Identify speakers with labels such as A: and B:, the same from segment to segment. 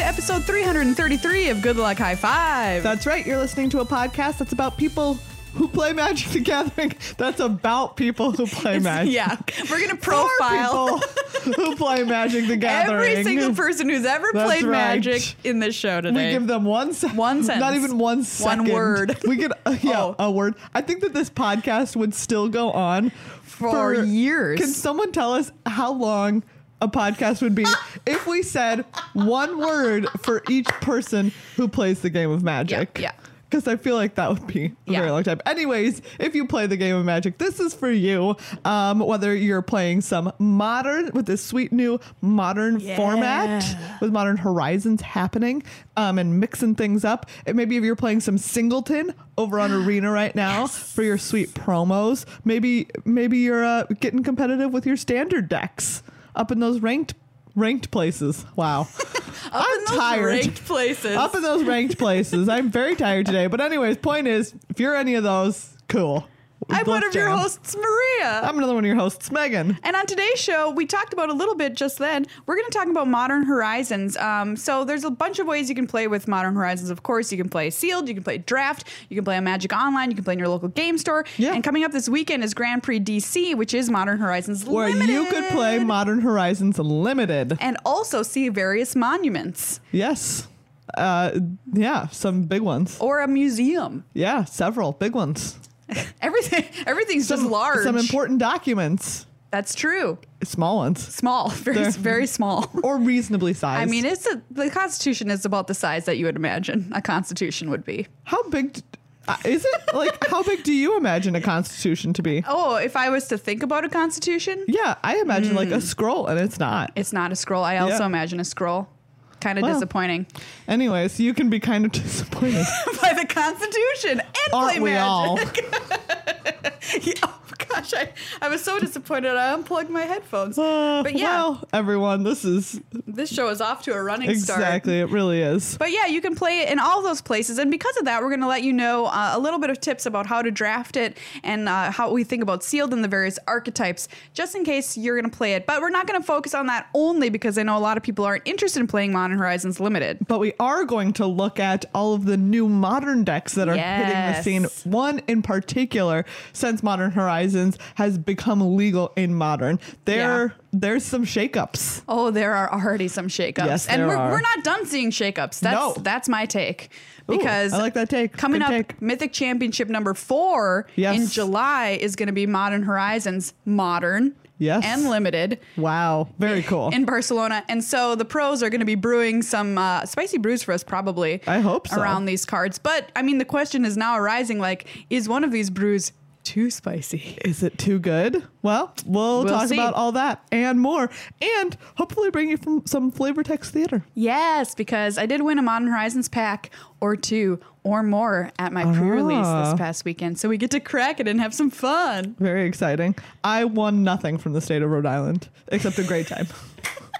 A: episode 333 of Good Luck High Five.
B: That's right. You're listening to a podcast that's about people who play Magic the Gathering. That's about people who play Magic.
A: yeah, we're gonna
B: For
A: profile
B: people who play Magic the Gathering.
A: every single person who's ever
B: That's
A: played
B: right.
A: Magic in this show
B: We
A: today.
B: give them one se-
A: One
B: Not
A: sentence.
B: even one
A: One
B: second.
A: word.
B: We could, uh, yeah,
A: Oh.
B: a word. I think that this podcast would still go on
A: For years.
B: Can someone tell us how long a podcast would be if we said one word for each person who plays the game of magic?
A: yeah.
B: Because I feel like that would be a
A: Yeah.
B: very long time. Anyways, if you play the game of magic, this is for you. Um, whether you're playing some modern with this sweet new modern format
A: Yeah.
B: with modern horizons happening um, and mixing things up. And maybe if you're playing some singleton over on arena right now for your sweet promos, maybe maybe you're uh, getting competitive with your standard decks up in those ranked ranked places. Wow.
A: Up
B: I'm
A: in those
B: tired.
A: ranked places.
B: Up in those ranked places. I'm very tired today. But anyways, point is, if you're any of those, cool.
A: I'm one
B: Let's
A: of your
B: jam.
A: hosts, Maria.
B: I'm another one of your hosts, Megan.
A: And on today's show, we talked about a little bit just then. We're going to talk about Modern Horizons. Um, so there's a bunch of ways you can play with Modern Horizons. Of course, you can play sealed, you can play draft, you can play on Magic Online, you can play in your local game store.
B: Yeah.
A: And coming up this weekend is Grand Prix DC, which is Modern Horizons
B: Where
A: Limited.
B: you could play Modern Horizons Limited.
A: and also see various monuments
B: Yes. Uh, yeah, some big ones.
A: or a museum.
B: Yeah, several big ones.
A: Everything, everything's just large.
B: Some important documents,
A: That's true.
B: small ones,
A: Small, very,
B: They're-
A: very small.
B: or reasonably
A: I
B: sized.
A: mean, it's a, the Constitution is about the size that you would imagine a Constitution would be.
B: how big d- uh, is it? Like, how big do you imagine a constitution to be?
A: Oh, if I was to think about a constitution,
B: Yeah, I imagine like
A: Hmm.
B: a scroll, and it's not.
A: it's not a scroll. I also
B: Yeah.
A: imagine a scroll. Kind of
B: Well.
A: disappointing.
B: Anyways, you can be kind of disappointed,
A: By the Constitution and
B: aren't
A: play
B: we
A: magic.
B: all?
A: Yeah, oh gosh, I, I was so disappointed. I unplugged my headphones.
B: Uh,
A: but yeah,
B: well, everyone, this is
A: this show is off to a running start.
B: exactly. It really is.
A: But yeah, you can play it in all those places. And because of that, we're going to let you know uh, a little bit of tips about how to draft it and uh, how we think about sealed and the various archetypes, just in case you're going to play it. But we're not going to focus on that only because I know a lot of people aren't interested in playing Modern Horizons Limited.
B: But we are going to look at all of the new modern decks that are
A: Yes.
B: hitting the scene. One in particular, since Modern Horizons has become legal in modern, there there's some shakeups.
A: Oh, there are already some shakeups.
B: Yes,
A: and
B: there
A: we're,
B: are.
A: we're not done seeing shakeups. That's
B: No.
A: that's my take.
B: Ooh,
A: Because
B: I like that take.
A: Coming
B: Good
A: up,
B: take.
A: Mythic Championship number four
B: Yes.
A: in July is going to be Modern Horizons Modern
B: Yes.
A: and Limited.
B: Wow, very cool.
A: in Barcelona. And so the pros are going to be brewing some uh, spicy brews for us, probably.
B: I hope so.
A: Around these cards. But I mean, the question is now arising like, is one of these brews too spicy?
B: Is it too good? Well, we'll,
A: We'll
B: talk
A: see.
B: about all that and more, and hopefully bring you from some flavor text theater.
A: Yes, because I did win a Modern Horizons pack or two or more at my pre release
B: Ah.
A: this past weekend. So we get to crack it and have some fun.
B: Very exciting. I won nothing from the state of Rhode Island except a great time.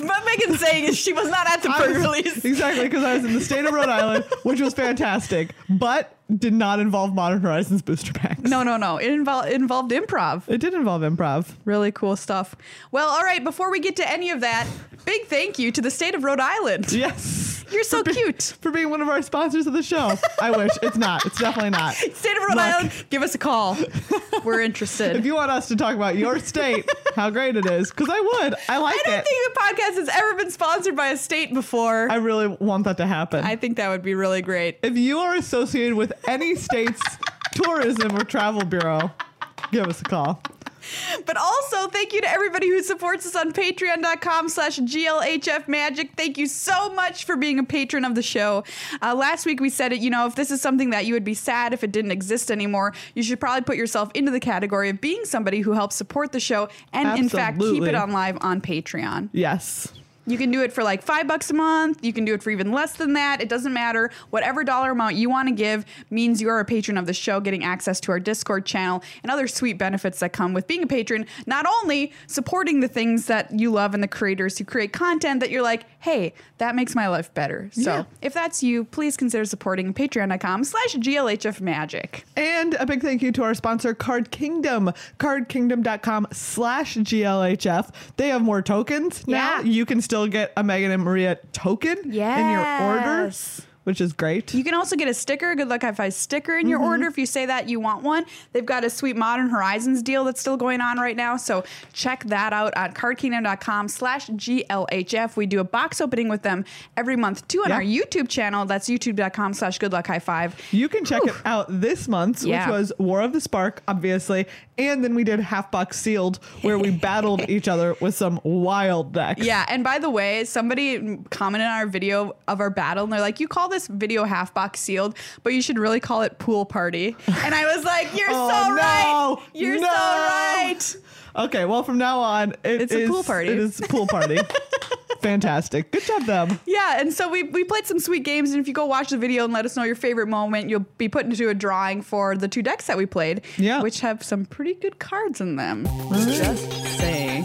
A: What Megan's saying is she was not at the
B: I
A: pre
B: was-
A: release.
B: Exactly, because I was in the state of Rhode Island, which was fantastic, but did not involve Modern Horizons booster packs.
A: No, no, no. It, invol- it involved improv.
B: It did involve improv.
A: Really cool stuff. Well, all right, before we get to any of that, big thank you to the state of Rhode Island.
B: Yes.
A: You're so cute.
B: For being one of our sponsors of the show. I wish. It's not. It's definitely not.
A: State of Rhode
B: Look.
A: Island, give us a call. We're
B: If
A: interested.
B: you want us to talk about your state, how great it is, because I would. I like
A: I don't
B: it.
A: think the podcast has ever been sponsored by a state before.
B: I
A: I,
B: really want that to happen.
A: think that would be really great.
B: if you are associated with any state's tourism or travel bureau, give us a call.
A: But also, thank you to everybody who supports us on patreon.com slash glhf magic. Thank you so much for being a patron of the show. Uh, last week we said it, you know, if this is something that you would be sad if it didn't exist anymore, you should probably put yourself into the category of being somebody who helps support the show and, in fact, keep it
B: Absolutely.
A: on live on Patreon.
B: Yes.
A: You can do it for like five bucks a month. You can do it for even less than that. It doesn't matter. Whatever dollar amount you want to give means you are a patron of the show, getting access to our Discord channel and other sweet benefits that come with being a patron. Not only supporting the things that you love and the creators who create content that you're like, hey, that makes my life better. So
B: Yeah.
A: if that's you, please consider supporting patreon.com slash glhfmagic.
B: And a big thank you to our sponsor, Card Kingdom, cardkingdom.com slash GLHF. They have more tokens now.
A: Yeah.
B: You can still get a Megan and Maria token in your order,
A: Yes.
B: which is great.
A: You can also get a sticker, a Good Luck Hi Fi sticker in your
B: Mm-hmm.
A: order if you say that you want one. They've got a sweet Modern Horizons deal that's still going on right now. So check that out on cardkingdom.com slash GLHF. We do a box opening with them every month too on
B: Yeah.
A: our YouTube channel. That's youtube.com slash good luck high five.
B: You can check it out this month,
A: Yeah.
B: which was War of the Spark, obviously. And then we did Half Box Sealed, where we battled each other with some wild decks.
A: Yeah, and by the way, somebody commented on our video of our battle, and they're like, "You call this video half box sealed, but you should really call it pool party." And I was like, "You're
B: Oh,
A: so right.
B: no.
A: You're
B: No.
A: so right."
B: Okay, well, from now on, it
A: It's a
B: is-
A: pool party.
B: It is a pool party. Fantastic. Good job, them.
A: Yeah, and so we, we played some sweet games, and if you go watch the video and let us know your favorite moment, you'll be put into a drawing for the two decks that we played,
B: Yeah.
A: which have some pretty good cards in them. Just saying.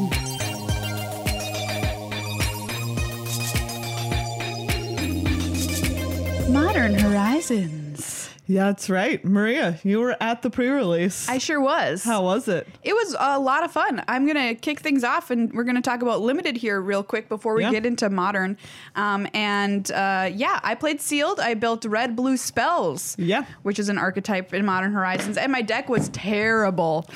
A: Modern Horizons.
B: Yeah, that's right. Maria, you were at the pre release.
A: I sure was.
B: How was it?
A: It was a lot of fun. I'm going to kick things off and we're going to talk about limited here real quick before we
B: Yeah.
A: get into modern. Um, and uh, yeah, I played sealed. I built red blue spells.
B: Yeah.
A: Which is an archetype in Modern Horizons. And my deck was terrible.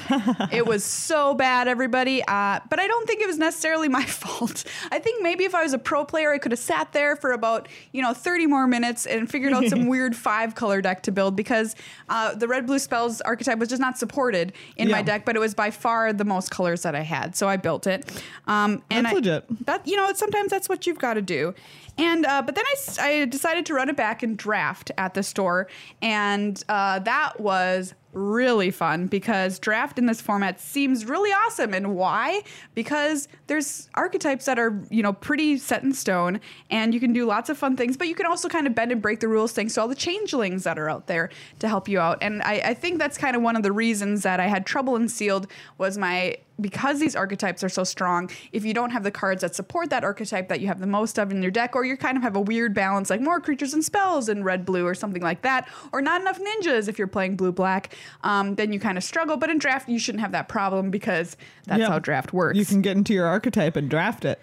A: it was so bad, everybody. Uh, but I don't think it was necessarily my fault. I think maybe if I was a pro player, I could have sat there for about, you know, 30 more minutes and figured out some weird five color deck to build because uh, the red blue spells archetype was just not supported in my
B: Yeah.
A: deck, but it was by far the most colors that I had. So I built it. Um, and
B: That's
A: I-
B: legit.
A: that you know sometimes that's what you've got to do and uh, but then I, s- I decided to run it back and draft at the store and uh, that was really fun because draft in this format seems really awesome and why because there's archetypes that are you know pretty set in stone and you can do lots of fun things but you can also kind of bend and break the rules thanks to all the changelings that are out there to help you out and i, I think that's kind of one of the reasons that i had trouble in sealed was my because these archetypes are so strong, if you don't have the cards that support that archetype that you have the most of in your deck, or you kind of have a weird balance like more creatures and spells in red blue or something like that, or not enough ninjas if you're playing blue black, um, then you kind of struggle. But in draft, you shouldn't have that problem because that's
B: Yeah.
A: how draft works.
B: You can get into your archetype and draft it.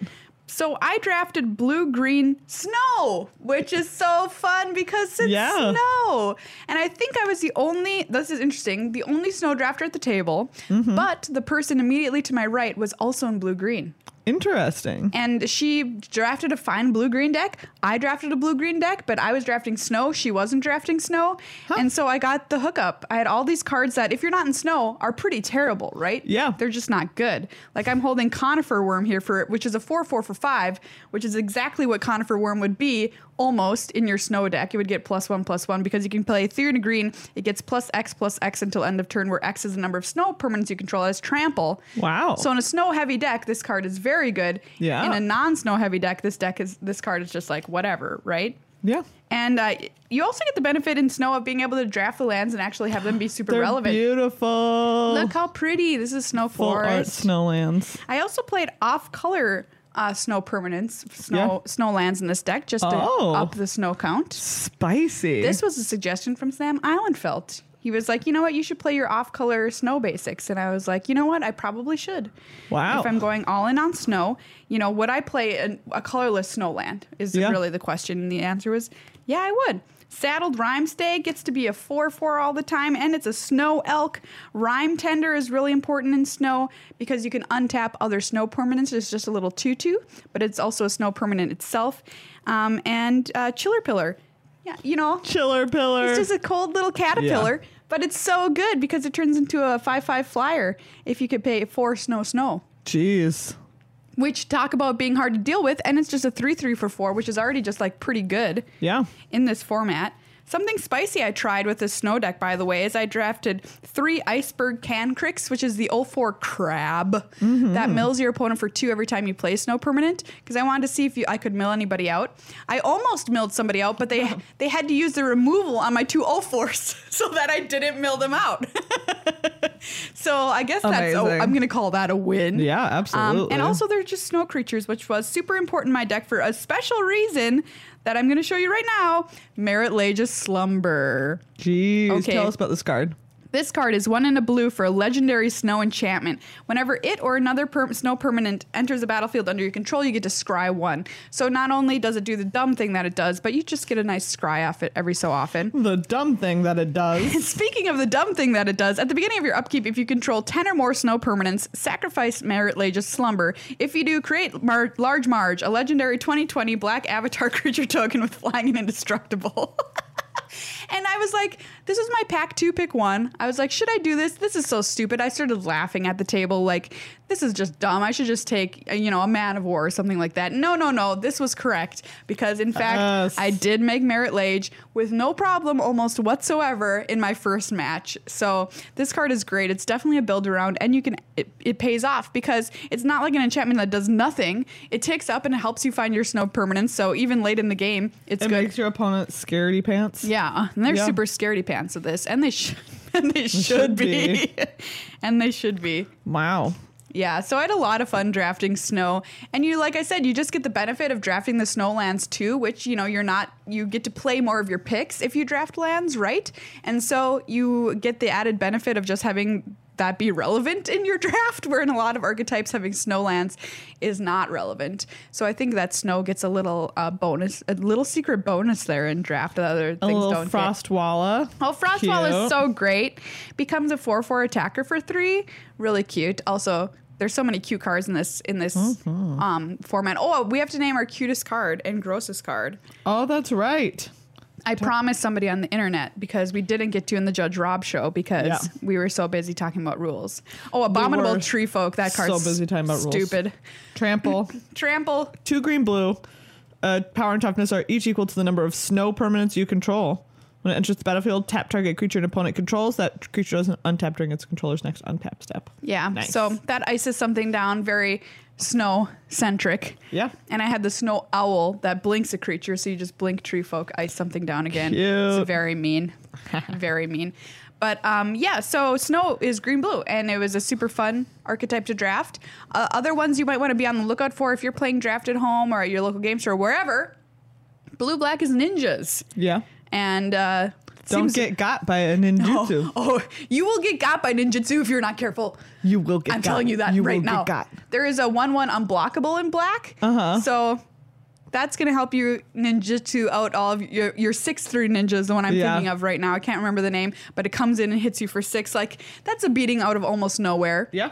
A: So I drafted blue green snow, which is so fun because it's
B: Yeah.
A: snow. And I think I was the only, this is interesting, the only snow drafter at the table, but the person immediately to my right was also in blue green.
B: Interesting.
A: And she drafted a fine blue green deck. I drafted a blue green deck, but I was drafting snow. She wasn't drafting snow. And so I got the hookup. I had all these cards that, if you're not in snow, are pretty terrible, right?
B: Yeah.
A: They're just not good. Like I'm holding conifer worm here for which is a four four for five, which is exactly what conifer worm would be almost in your snow deck. It would get plus one plus one because you can play three and a green. It gets plus X plus X until end of turn, where X is the number of snow permanents you control as trample.
B: Wow.
A: So in a snow heavy deck, this card is very good.
B: Yeah.
A: In a non snow heavy deck, this deck is this card is just like whatever, right?
B: yeah.
A: And uh, you also get the benefit in snow of being able to draft the lands and actually have them be super
B: They're
A: relevant.
B: beautiful.
A: Look how pretty this is snow
B: Full art
A: forest.
B: snowlands.
A: I also played off color uh, snow permanents, snow snow lands in this deck just to
B: Oh.
A: up the snow count.
B: Spicy.
A: This was a suggestion from Sam Islandfelt. He was like, you know what, you should play your off color snow basics. And I was like, you know what, I probably should.
B: Wow.
A: If I'm going all in on snow, you know, would I play an, a colorless snowland? Is
B: Yeah.
A: really the question. And the answer was, yeah, I would. Saddled Rhyme Stay gets to be a 4 4 all the time, and it's a snow elk. Rhyme Tender is really important in snow because you can untap other snow permanents. It's just a little 2 2, but it's also a snow permanent itself. Um, and uh, Chiller Pillar. Yeah, you know,
B: Chiller pillar.
A: it's just a cold little caterpillar, but it's so good because it turns into a 5 5 flyer if you could pay four snow snow,
B: Jeez.
A: which talk about being hard to deal with. And it's just a 3 3 for 4, which is already just like pretty good
B: Yeah.
A: in this format. Something spicy I tried with this snow deck, by the way, is I drafted three Iceberg Cancrix, which is the 04 crab that mills your opponent for two every time you play snow permanent, because I wanted to see if you, I could mill anybody out. I almost milled somebody out, but they they had to use the removal on my two 04s so that I didn't mill them out. So I guess that's, oh,
B: Amazing.
A: I'm going to call that a win.
B: Yeah,
A: Um,
B: absolutely.
A: and also, they're just snow creatures, which was super important in my deck for a special reason that I'm going to show you right now. Merit Lage's Slumber.
B: Jeez,
A: Okay.
B: tell us about this card.
A: This card is one in a blue for a legendary snow enchantment. Whenever it or another per- snow permanent enters a battlefield under your control, you get to scry one. So not only does it do the dumb thing that it does, but you just get a nice scry off it every so often.
B: The dumb thing that it does.
A: And speaking of the dumb thing that it does, at the beginning of your upkeep, if you control 10 or more snow permanents, sacrifice Merit Lage's Slumber. If you do, create Mar- Large Marge, a legendary 2020 black avatar creature token with flying and indestructible. and I was like, this is my pack two, pick one. I was like, should I do this? This is so stupid. I started laughing at the table, like, this is just dumb. I should just take, uh, you know, a man of war or something like that. No, no, no. This was correct because, in fact,
B: Yes.
A: I did make Merit Lage with no problem almost whatsoever in my first match. So this card is great. It's definitely a build around, and you can it, it pays off because it's not like an enchantment that does nothing. It takes up and it helps you find your snow permanence. So even late in the game, it's
B: It
A: good.
B: makes your opponent scaredy pants.
A: Yeah, and they're
B: Yeah.
A: super scaredy pants with this, and they should, and they should,
B: should
A: be, and they should be.
B: Wow.
A: Yeah, so I had a lot of fun drafting snow, and you, like I said, you just get the benefit of drafting the snow lands too, which you know you're not, you get to play more of your picks if you draft lands, right? And so you get the added benefit of just having that be relevant in your draft, where in a lot of archetypes having snow lands is not relevant. So I think that snow gets a little uh, bonus, a little secret bonus there in draft that other
B: A
A: things
B: little
A: don't get.
B: frostwalla.
A: Oh, Frostwall is
B: Cute.
A: so great. Becomes a four four attacker for three. Really cute. Also, there's so many cute cards in this in this
B: Mm-hmm.
A: um, format. Oh, we have to name our cutest card and grossest card.
B: Oh, that's right.
A: I promised somebody on the internet because we didn't get to in the Judge Rob show because
B: Yeah.
A: we were so busy talking about rules. Oh, abominable
B: were
A: tree folk. That card's
B: so busy talking about rules.
A: Stupid.
B: Trample.
A: Trample.
B: Two green blue. Uh, power and toughness are each equal to the number of snow permanents you control. When it enters the battlefield, tap target creature an opponent controls. That creature doesn't untap during its controller's next untap step.
A: Yeah.
B: Nice.
A: So that ices something down very snow centric.
B: Yeah.
A: And I had the snow owl that blinks a creature, so you just blink tree folk, ice something down again. It's
B: Cute.
A: very mean. very mean. But um, yeah, so snow is green blue, and it was a super fun archetype to draft. Uh, other ones you might want to be on the lookout for if you're playing draft at home or at your local game store, wherever. Blue black is ninjas,
B: Yeah.
A: and uh,
B: Don't
A: seems-
B: get got by a ninjutsu.
A: Oh, oh, you will get got by ninjutsu if you're not careful.
B: You will get
A: I'm
B: got.
A: telling you that
B: you
A: right
B: will
A: now.
B: Get got.
A: There is a one-one unblockable in black.
B: Uh-huh.
A: So that's gonna help you ninjutsu out all of your your six through ninjas. The one I'm
B: Yeah.
A: thinking of right now, I can't remember the name, but it comes in and hits you for six. Like that's a beating out of almost nowhere.
B: Yeah.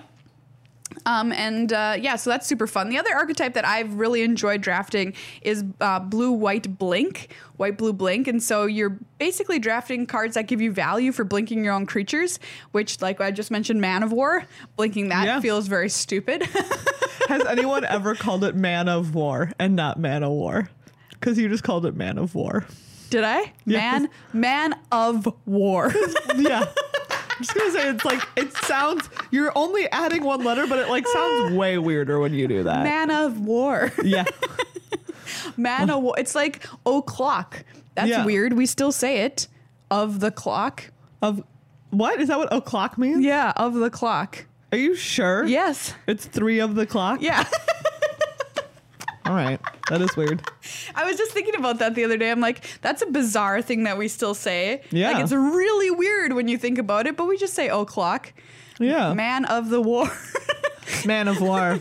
A: Um, and uh, yeah, so that's super fun. The other archetype that I've really enjoyed drafting is uh, blue white blink, white blue blink. And so you're basically drafting cards that give you value for blinking your own creatures, which, like I just mentioned, Man of War, blinking that
B: Yeah.
A: feels very stupid.
B: Has anyone ever called it man of war and not man of war? Because you just called it man of war.
A: Did I?
B: Yes.
A: Man, Man of War.
B: Yeah. I'm just gonna say it's like it sounds. You're only adding one letter, but it like sounds way weirder when you do that.
A: Man of War.
B: Yeah.
A: Man of War. It's like o'clock. That's
B: Yeah.
A: weird. We still say it. Of the clock.
B: Of what is that? What o'clock means?
A: Yeah, of the clock.
B: Are you sure?
A: Yes.
B: It's three of the clock.
A: Yeah.
B: All right. That is weird.
A: I was just thinking about that the other day. I'm like, that's a bizarre thing that we still say.
B: Yeah.
A: Like, it's really weird when you think about it, but we just say o'clock.
B: Yeah. Man,
A: Man of the war
B: of war.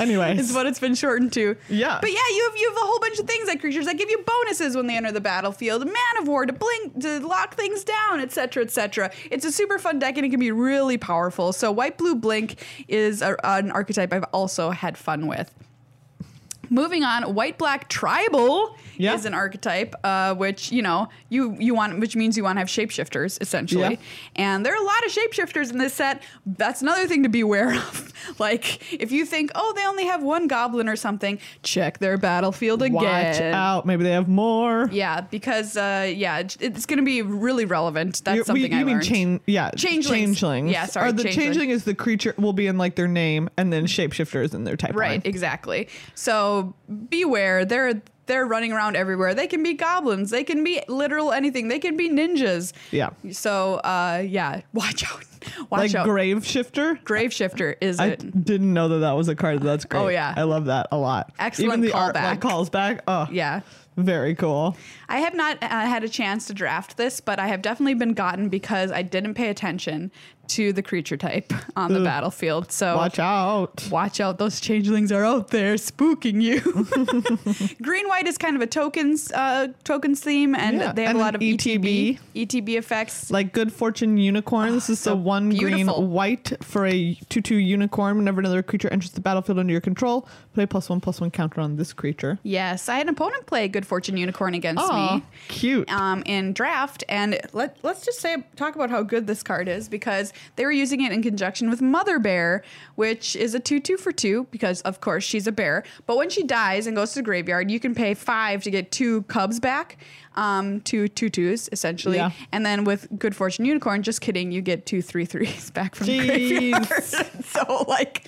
B: Anyway.
A: is what it's been shortened to.
B: Yeah.
A: But yeah, you have you have a whole bunch of things like creatures that give you bonuses when they enter the battlefield, man of war to blink to lock things down, etc. etc. It's a super fun deck and it can be really powerful. So white blue blink is a, an archetype I've also had fun with. Moving on, white black tribal
B: Yeah.
A: is an archetype, uh, which you know you you want, which means you want to have shapeshifters essentially,
B: Yeah.
A: and there are a lot of shapeshifters in this set. That's another thing to be aware of. like if you think, oh, they only have one goblin or something, check their battlefield again.
B: Watch out. Maybe they have more.
A: Yeah, because uh, yeah, it- it's going to be really relevant. That's
B: You- we-
A: something
B: you
A: I
B: mean
A: learned.
B: chain yeah
A: Changelings.
B: changelings
A: Yeah, sorry,
B: or the
A: changeling.
B: changeling is the creature will be in like their name and then shapeshifter is in their type
A: Right,
B: line.
A: exactly. So beware. There, They're running around everywhere. They can be goblins. They can be literal anything. They can be ninjas.
B: Yeah.
A: So uh, yeah, watch out. Watch
B: Like
A: out.
B: grave shifter.
A: Grave Shifter is
B: I
A: it?
B: didn't know that that was a card. That's great.
A: Oh, yeah.
B: I love that a lot.
A: Excellent
B: Even the art
A: callback.
B: like calls back. Oh
A: Yeah.
B: very cool.
A: I have not uh, had a chance to draft this, but I have definitely been gotten because I didn't pay attention to the creature type on the battlefield. So
B: Watch out.
A: Watch out, those changelings are out there spooking you. Green white is kind of a tokens uh, tokens theme, and
B: Yeah,
A: they have
B: and
A: a lot of E
B: an E ETB.
A: ETB ETB effects.
B: Like good fortune unicorn. This is the
A: so
B: one
A: beautiful.
B: green white for a two two unicorn. Whenever another creature enters the battlefield under your control, play plus one plus one counter on this creature.
A: Yes, I had an opponent play Good Fortune Unicorn against
B: Aw,
A: me.
B: cute.
A: um, in draft, and let let's just say talk about how good this card is because they were using it in conjunction with Mother Bear, which is a two two for two because of course she's a bear. But when she dies and goes to the graveyard, you can pay five to get two cubs back, um, two two twos essentially,
B: Yeah.
A: and then with Good Fortune Unicorn, just kidding, you get two three threes back from the
B: Jeez.
A: graveyard. so like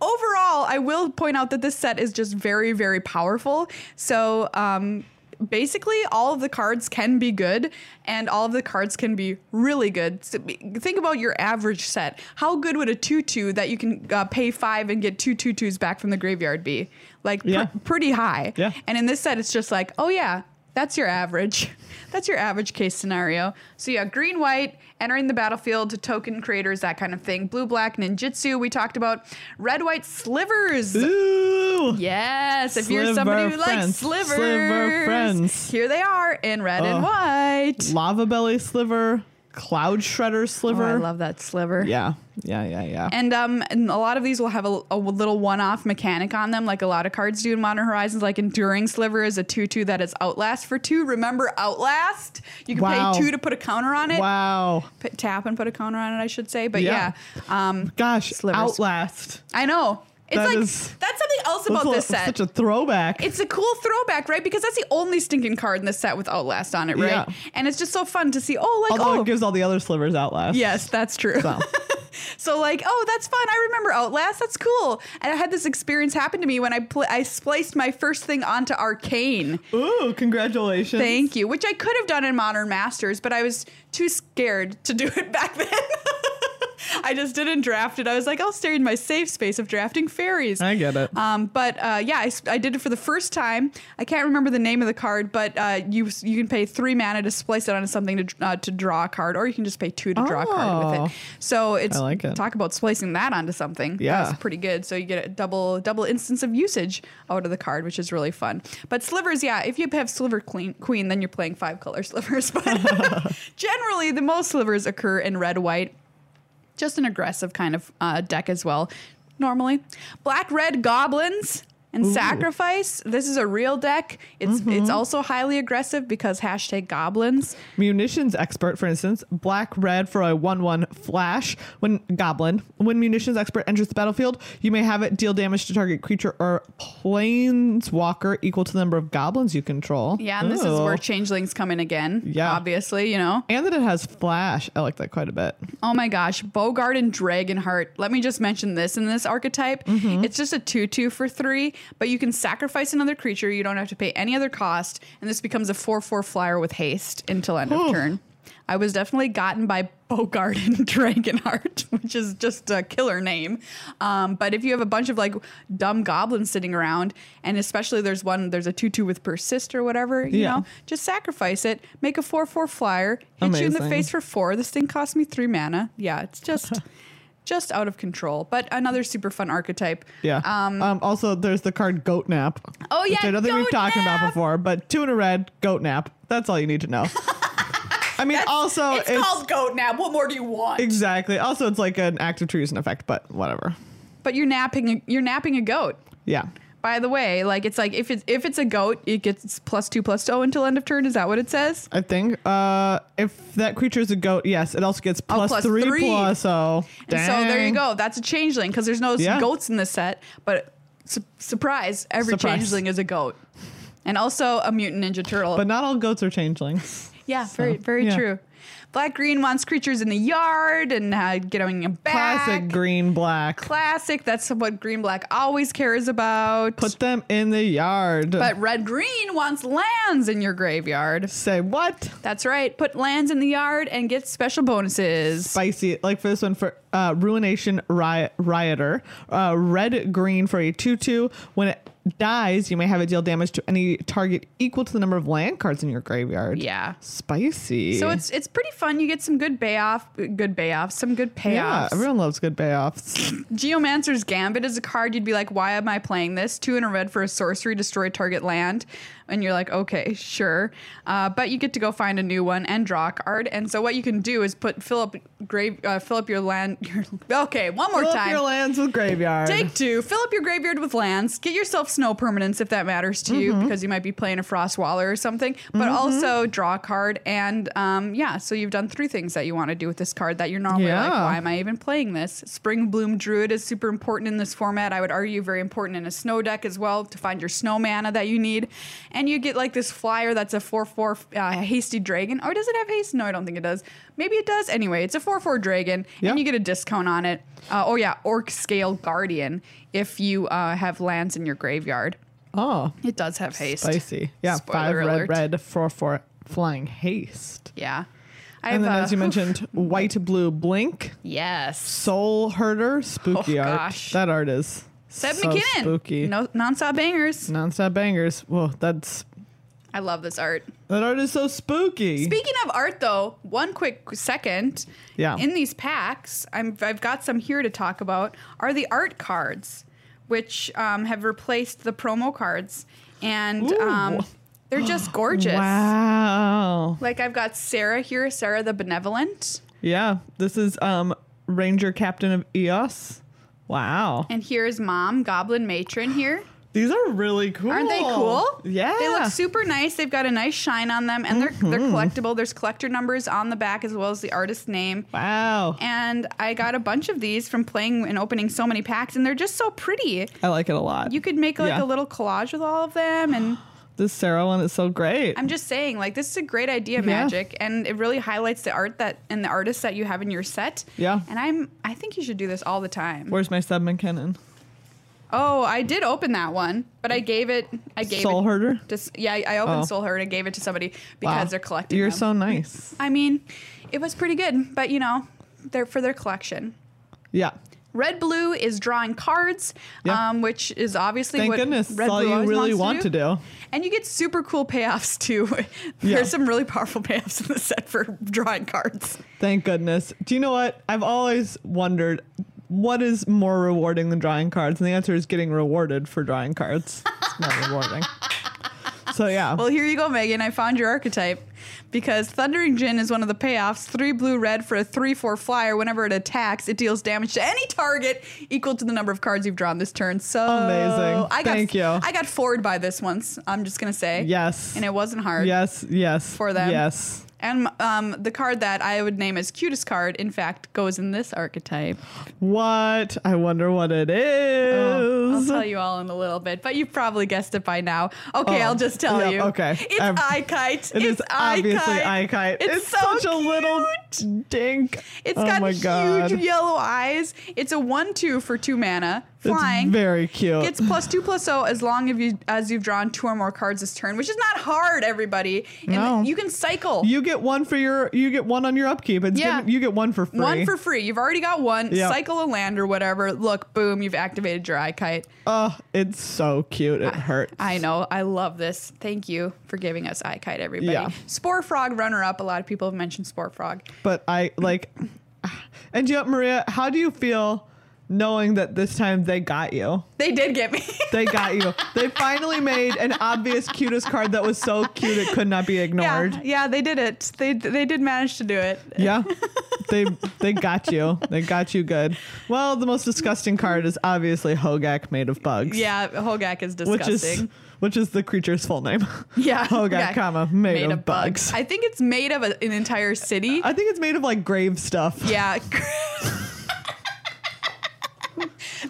A: overall i will point out that this set is just very very powerful so um basically all of the cards can be good and all of the cards can be really good so be- think about your average set how good would a 2-2 that you can uh, pay 5 and get two two twos back from the graveyard be like pr-
B: Yeah.
A: pretty high
B: Yeah.
A: and in this set it's just like oh yeah that's your average that's your average case scenario so yeah green white entering the battlefield to token creators that kind of thing blue black ninjutsu we talked about red white slivers
B: Ooh.
A: Yes, if you're somebody who
B: Sliver
A: likes
B: friends.
A: slivers,
B: Sliver friends.
A: here they are in red
B: Oh.
A: and white.
B: Lava belly sliver, cloud shredder
A: Oh,
B: sliver.
A: I love that sliver.
B: yeah, yeah, yeah, yeah.
A: And um, and a lot of these will have a, a little one-off mechanic on them, like a lot of cards do in Modern Horizons. Like Enduring Sliver is a two-two that is Outlast for two. Remember Outlast? You can
B: Wow.
A: pay two to put a counter on it.
B: wow.
A: P- tap and put a counter on it, I should say. But yeah,
B: Yeah.
A: um,
B: Gosh,
A: Slivers.
B: Outlast.
A: I know it's
B: That
A: like
B: is-
A: that's something else about
B: That's
A: this
B: a-
A: set.
B: Such a throwback.
A: it's a cool throwback, right? Because that's the only stinking card in the set with Outlast on it, right?
B: Yeah.
A: And it's just so fun to see. Oh, like
B: Although
A: oh,
B: it gives all the other slivers Outlast.
A: yes, that's true.
B: So.
A: So like, oh, that's fun. I remember Outlast. That's cool. And I had this experience happen to me when I pl- I spliced my first thing onto Arcane.
B: Ooh, congratulations.
A: Thank you. Which I could have done in Modern Masters, but I was too scared to do it back then. I just didn't draft it. I was like, I'll stay in my safe space of drafting fairies.
B: I get it.
A: Um, but uh, yeah, I, s- I did it for the first time. I can't remember the name of the card, but uh, you s- you can pay three mana to splice it onto something to uh, to draw a card, or you can just pay two to draw a card with it.
B: Oh.
A: So it's
B: I like it.
A: talk about splicing that onto something.
B: Yeah.
A: that's pretty good. So you get a double double instance of usage out of the card, which is really fun. But slivers, yeah, if you have sliver queen, queen then you're playing five color slivers. But generally, the most slivers occur in red white just an aggressive kind of uh, deck as well. Normally, black red goblins and sacrifice. This is a real deck. It's
B: Mm-hmm.
A: it's also highly aggressive because hashtag goblins.
B: Munitions expert, for instance, black red for a one-one flash when goblin. When munitions expert enters the battlefield, you may have it deal damage to target creature or planeswalker equal to the number of goblins you control.
A: Yeah, and this is
B: Ooh.
A: where changelings come in again.
B: Oh. Yeah.
A: obviously, you know.
B: and that it has flash. I like that quite a bit.
A: Oh my gosh, Bogart and Dragonheart. Let me just mention this in this archetype. It's just a 2 2 for 3, but you can sacrifice another creature. You don't have to pay any other cost. And this becomes a 4 4 flyer with haste until end of turn. I was definitely gotten by Bogart and Dragonheart, which is just a killer name. Um, but if you have a bunch of like dumb goblins sitting around, and especially there's one, there's a 2 2 with persist or whatever, you
B: Yeah.
A: know, just sacrifice it, make a 4 4 flyer, hit you in the
B: Amazing.
A: face for four. This thing cost me three mana. Yeah, it's just just out of control. But another super fun archetype.
B: Yeah.
A: Um,
B: Um, also, there's the card Goat Nap.
A: Oh,
B: which
A: yeah,
B: I don't think
A: Goat
B: we've talked
A: Nap.
B: about before, but two in a red, Goat Nap. That's all you need to know. I mean, also,
A: it's, called Goat Nap. What more do you want?
B: exactly. Also, it's like an active treason effect, but whatever.
A: but you're napping. A, you're napping a goat.
B: Yeah.
A: By the way, like it's like if it's if it's a goat, it gets plus two plus two until end of turn. Is that what it says?
B: I think uh, if that creature is a goat, yes, it also gets plus
A: Oh, plus
B: three,
A: three.
B: plus. So,
A: And so there you
B: dang.
A: go. That's a changeling because there's no s-
B: Yeah.
A: goats in this set. But su- surprise, every
B: Surprise.
A: changeling is a goat, and also a mutant ninja turtle.
B: But not all goats are changelings.
A: Yeah, very very
B: yeah.
A: true. Black Green wants creatures in the yard and uh, getting them back.
B: Classic green black.
A: Classic. That's what Green Black always cares about.
B: Put them in the yard.
A: but Red Green wants lands in your graveyard.
B: Say what?
A: That's right. Put lands in the yard and get special bonuses.
B: spicy. Like for this one, for uh, Ruination Riot, Rioter, uh, red green for a 2 2. When it dies, you may have it deal damage to any target equal to the number of land cards in your graveyard.
A: Yeah.
B: Spicy.
A: So it's it's pretty fun. You get some good payoff, good payoffs, some good payoffs.
B: Yeah, everyone loves good payoffs.
A: Geomancer's Gambit is a card you'd be like, why am I playing this? Two in a red for a sorcery, destroy target land. And you're like, okay, sure. Uh, but you get to go find a new one and draw a card. And so what you can do is put fill up grave, uh, fill up your land. Your, okay, one more
B: Fill up
A: time.
B: your lands with graveyard.
A: Take two. Fill up your graveyard with lands. Get yourself snow permanents if that matters to
B: Mm-hmm.
A: you, because you might be playing a frost waller or something. But also draw a card, and um, yeah, so you've done three things that you want to do with this card that you're normally like,
B: Yeah.
A: why am I even playing this? Spring Bloom Druid is super important in this format. I would argue very important in a snow deck as well to find your snow mana that you need, and you get like this flyer that's a four four uh, hasty dragon. Or does it have haste? No, I don't think it does. Maybe it does. Anyway, it's a four four dragon,
B: Yeah.
A: and you get a discount on it. Uh, oh yeah, Orc Scale Guardian. If you uh, have lands in your graveyard,
B: Oh,
A: it does have haste.
B: spicy. Yeah,
A: Spoiler
B: five
A: alert.
B: red, red, four, four, flying haste.
A: Yeah, I
B: And then,
A: have,
B: as
A: uh,
B: you mentioned, white, blue, blink,
A: yes.
B: soul herder, spooky
A: Oh,
B: art.
A: gosh.
B: That art is
A: Seb
B: so
A: McKinnon,
B: spooky.
A: no nonstop bangers.
B: Nonstop bangers. Whoa, that's
A: I love this art.
B: that art is so spooky.
A: Speaking of art, though, one quick second.
B: Yeah.
A: In these packs, I'm, I've got some here to talk about. Are the art cards, which um, have replaced the promo cards, and
B: Ooh.
A: um, they're just gorgeous.
B: Wow.
A: Like I've got Sarah here, Sarah the Benevolent,
B: Yeah, this is um Ranger Captain of Eos. Wow.
A: and here is Mom, Goblin Matron here.
B: These are really cool.
A: Aren't they cool?
B: Yeah. Mm-hmm.
A: They look super nice. They've got a nice shine on them, and they're they're collectible. There's collector numbers on the back as well as the artist's name.
B: Wow.
A: and I got a bunch of these from playing and opening so many packs, and they're just so pretty.
B: I like it a lot.
A: You could make like
B: Yeah.
A: a little collage with all of them, and
B: this Sarah one is so great.
A: I'm just saying, like this is a great idea, Magic, and it really highlights the art that and the artists that you have in your set.
B: Yeah.
A: and I'm I think you should do this all the time.
B: Where's my sub McKinnon?
A: oh, I did open that one, but I gave it I gave
B: Soul
A: it
B: herder.
A: to s- yeah I opened
B: Oh.
A: Soul Herd and gave it to somebody because
B: Wow.
A: they're collecting.
B: You're
A: them.
B: so nice.
A: I mean, it was pretty good, but you know, they're for their collection.
B: Yeah.
A: Red Blue is drawing cards,
B: Yeah.
A: um, which is obviously
B: Thank
A: what
B: goodness.
A: Red
B: That's all
A: Blue
B: you
A: always
B: really
A: wants
B: want to do.
A: And you get super cool payoffs too.
B: Yeah.
A: There's some really powerful payoffs in the set for drawing cards.
B: Thank goodness. Do you know what? I've always wondered what is more rewarding than drawing cards? And the answer is getting rewarded for drawing cards. It's more rewarding. So yeah.
A: Well, here you go, Megan. I found your archetype because Thundering Jin is one of the payoffs. Three blue red for a three four flyer. Whenever it attacks, it deals damage to any target equal to the number of cards you've drawn this turn. So
B: Amazing.
A: I got,
B: Thank you.
A: I got forward by this once. I'm just gonna say
B: yes.
A: and it wasn't hard.
B: yes, yes.
A: for them.
B: Yes.
A: And um, the card that I would name as cutest card, in fact, goes in this archetype.
B: What? I wonder what it
A: Oh, I'll
B: is.
A: tell you all in a little bit, but you've probably guessed it by now. Okay,
B: Oh,
A: I'll just tell
B: yeah,
A: you.
B: okay.
A: It's
B: I've-
A: eye kite.
B: It
A: it's
B: is obviously eye kite.
A: It's, so
B: such
A: cute.
B: a little dink.
A: It's
B: oh
A: got
B: my
A: huge
B: God.
A: yellow eyes. It's a one-two for two mana,
B: It's
A: flying.
B: very cute.
A: Gets plus two plus zero as long as you as you've drawn two or more cards this turn, which is not hard. Everybody, and
B: No.
A: you can cycle.
B: you get one for your you get one on your upkeep. It's
A: Yeah.
B: given, you get one for free.
A: One for free. You've already got one.
B: Yeah.
A: Cycle a land or whatever. Look, boom, you've activated your eye kite.
B: Oh, it's so cute. It hurts.
A: I know. I love this. Thank you for giving us eye kite, everybody.
B: Yeah.
A: Spore frog runner up. A lot of people have mentioned spore frog.
B: but I like. And you know, what, Maria, how do you feel knowing that this time they got you?
A: They did get me.
B: They got you. They finally made an obvious cutest card that was so cute it could not be ignored.
A: yeah, yeah, they did it. They they did manage to do it.
B: Yeah. They they got you. They got you good. Well, the most disgusting card is obviously Hogak made of bugs.
A: Yeah, Hogak is
B: Which is
A: disgusting.
B: which is the creature's full name.
A: yeah,
B: Hogak, comma, made, of, bugs.
A: I think it's made of a, an entire city.
B: I think it's made of like grave stuff.
A: yeah.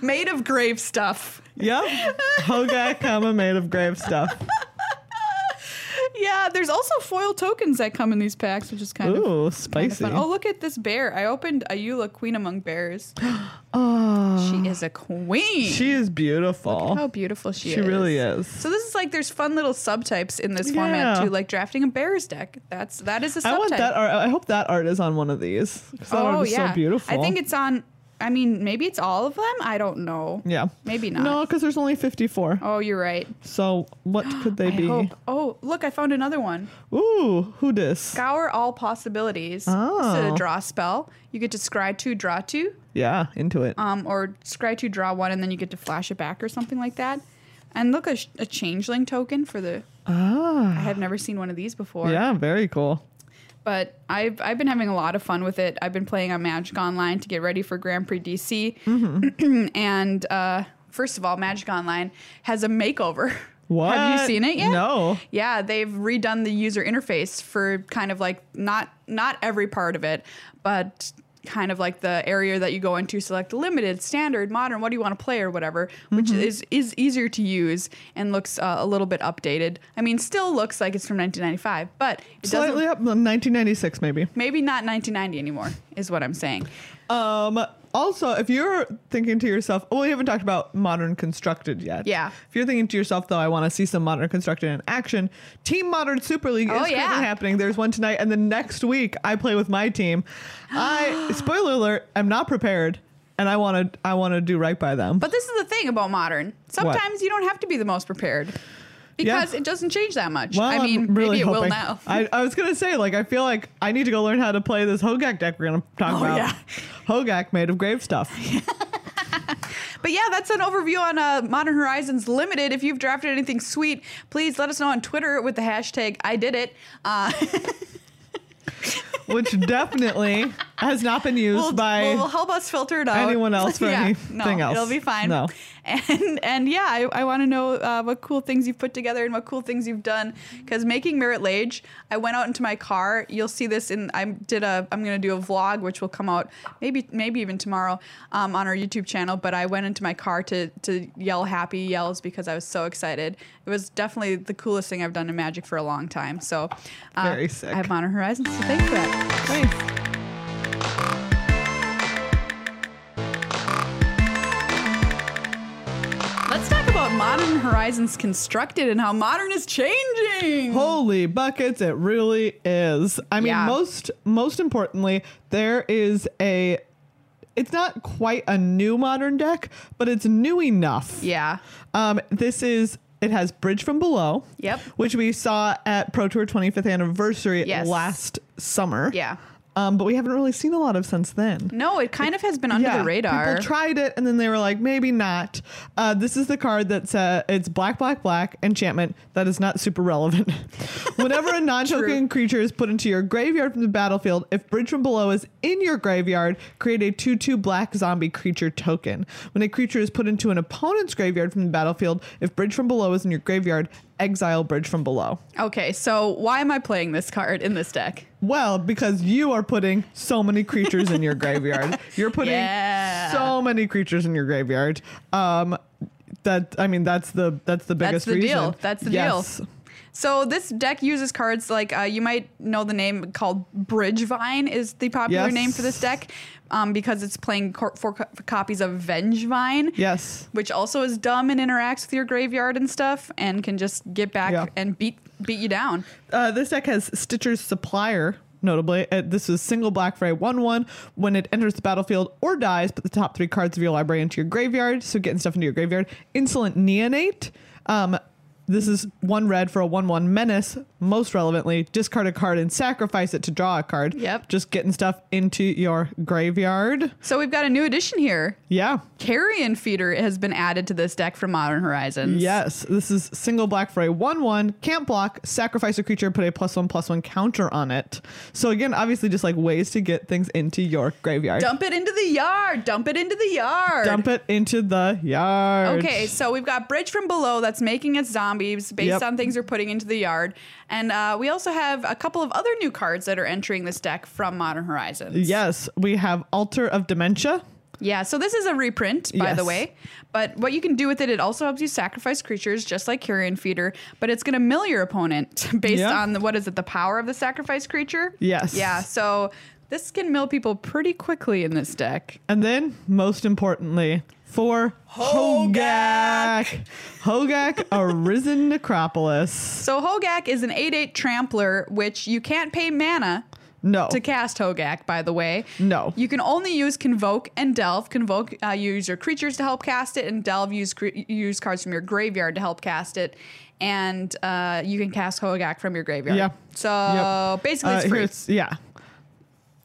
A: made of grave stuff.
B: Yep. Hogak, comma, made of grave stuff.
A: Yeah, there's also foil tokens that come in these packs, which is kind of
B: Ooh,
A: kind of
B: spicy.
A: fun. Oh, look at this bear. I opened Ayula, Queen Among Bears.
B: Oh,
A: She is a queen.
B: she is beautiful.
A: How beautiful she,
B: she
A: is.
B: really is.
A: So this is like there's fun little subtypes in this format
B: Yeah.
A: too, like drafting a bears deck. That's that is a subtype.
B: I want that art. I hope that art is on one of these. 'cause That art is so beautiful.
A: Oh, I think it's on. I mean, maybe it's all of them. I don't know.
B: yeah.
A: Maybe not.
B: No, because there's only 54.
A: Oh, you're right.
B: So what could they
A: I
B: be?
A: hope. Oh, look, I found another one.
B: Ooh, who dis?
A: Scour all possibilities. This is a
B: Oh.
A: draw spell. You get to scry two, draw two,
B: Yeah, into it.
A: um, or scry two, draw one, and then you get to flash it back or something like that. And look, a, sh- a changeling token for the. I
B: ah,
A: have never seen one of these before.
B: yeah, very cool.
A: But I've I've been having a lot of fun with it. I've been playing on Magic Online to get ready for Grand Prix DC.
B: Mm-hmm.
A: and uh, first of all, Magic Online has a makeover.
B: What?
A: Have you seen it yet?
B: No.
A: Yeah, they've redone the user interface for kind of like not not every part of it, but kind of like the area that you go into select limited, standard, modern, what do you want to play or whatever, which
B: Mm-hmm.
A: is is easier to use and looks uh, a little bit updated. I mean, still looks like it's from 1995, but it doesn't
B: Slightly up, 1996 maybe.
A: maybe not 1990 anymore is what I'm saying.
B: Um, also, if you're thinking to yourself, oh, we haven't talked about modern constructed yet.
A: Yeah.
B: If you're thinking to yourself, though, I want to see some modern constructed in action, Team Modern Super League
A: Oh,
B: is currently
A: yeah.
B: happening. There's one tonight, and then next week I play with my team. I spoiler alert, I'm not prepared, and I want to I want to do right by them.
A: But this is the thing about modern. Sometimes you don't have to be the most prepared because it doesn't change that much.
B: Well,
A: I mean,
B: am really
A: maybe it
B: hoping.
A: will now.
B: I, I was gonna say, like, I feel like I need to go learn how to play this Hogak deck we're gonna talk
A: Oh,
B: about.
A: yeah.
B: Hogak made of grave stuff.
A: But yeah, that's an overview on uh, Modern Horizons Limited. If you've drafted anything sweet, please let us know on Twitter with the hashtag I did it. Uh,
B: which definitely has not been used
A: will
B: by
A: will help us filter it out.
B: anyone else for anything
A: no,
B: else.
A: It'll be fine.
B: No.
A: And and yeah, I, I want to know uh, what cool things you've put together and what cool things you've done. Because making Merit Lage, I went out into my car. You'll see this in I did a I'm gonna do a vlog which will come out maybe maybe even tomorrow um, on our YouTube channel. But I went into my car to to yell happy yells because I was so excited. It was definitely the coolest thing I've done in Magic for a long time. So uh,
B: Very sick.
A: I have Modern Horizons. So thanks for that.
B: Thanks.
A: Let's talk about Modern Horizons constructed and how modern is changing.
B: Holy buckets, it really is. I mean,
A: Yeah.
B: most most importantly, there is a it's not quite a new modern deck, but it's new enough.
A: Yeah.
B: Um, this is it has Bridge from Below.
A: Yep.
B: Which we saw at Pro Tour 25th anniversary
A: Yes.
B: last summer.
A: Yeah.
B: Um, but we haven't really seen a lot of since then.
A: No, it kind of has been under the radar.
B: People tried it and then they were like, maybe not. Uh, this is the card that says it's black, black, black enchantment that is not super relevant. Whenever a non token creature is put into your graveyard from the battlefield, if Bridge from Below is in your graveyard, create a 2 2 black zombie creature token. When a creature is put into an opponent's graveyard from the battlefield, if Bridge from Below is in your graveyard, exile Bridge from Below.
A: okay, so why am I playing this card in this deck?
B: Well, because you are putting so many creatures in your graveyard. You're putting
A: Yeah.
B: so many creatures in your graveyard. Um, that I mean, that's the that's the
A: That's
B: biggest
A: the
B: reason.
A: deal. That's the deal. So this deck uses cards like uh, you might know the name called Bridgevine is the popular
B: Yes.
A: name for this deck um, because it's playing co- four co- copies of Vengevine.
B: Yes.
A: Which also is dumb and interacts with your graveyard and stuff, and can just get back
B: Yeah.
A: and beat beat you down.
B: Uh, this deck has Stitcher's Supplier. Notably, uh, this is single black for a 1 1. When it enters the battlefield or dies, put the top three cards of your library into your graveyard. So getting stuff into your graveyard. Insolent Neonate. Um, this is one red for a 1 1 menace. Most relevantly, discard a card and sacrifice it to draw a card.
A: Yep.
B: Just getting stuff into your graveyard.
A: So we've got a new addition here.
B: Yeah.
A: Carrion Feeder has been added to this deck from Modern Horizons.
B: Yes, this is single black for a 1 1, can't block, sacrifice a creature, put a plus 1 plus 1 counter on it. So, again, obviously, just like ways to get things into your graveyard.
A: Dump it into the yard. Dump it into the yard.
B: Dump it into the yard.
A: Okay, so we've got Bridge from Below that's making us zombies based
B: Yep.
A: on things we're putting into the yard. And uh, we also have a couple of other new cards that are entering this deck from Modern Horizons.
B: Yes, we have Altar of Dementia.
A: Yeah, so this is a reprint, by the
B: Yes.
A: way. But what you can do with it, it also helps you sacrifice creatures, just like Curian Feeder. But it's going to mill your opponent based
B: Yeah.
A: on the, what is it, the power of the sacrifice creature?
B: Yes.
A: Yeah, so this can mill people pretty quickly in this deck.
B: And then, most importantly, for Hogak, Hogak, a risen necropolis.
A: So Hogak is an 8 8 trampler, which you can't pay mana
B: No,
A: to cast Hogak, by the way.
B: No.
A: You can only use Convoke and Delve. Convoke, uh, you use your creatures to help cast it, and Delve, use, cre- use cards from your graveyard to help cast it. And uh, you can cast Hogak from your graveyard.
B: Yeah.
A: So
B: Yep.
A: basically,
B: Uh,
A: it's free.
B: here's- yeah,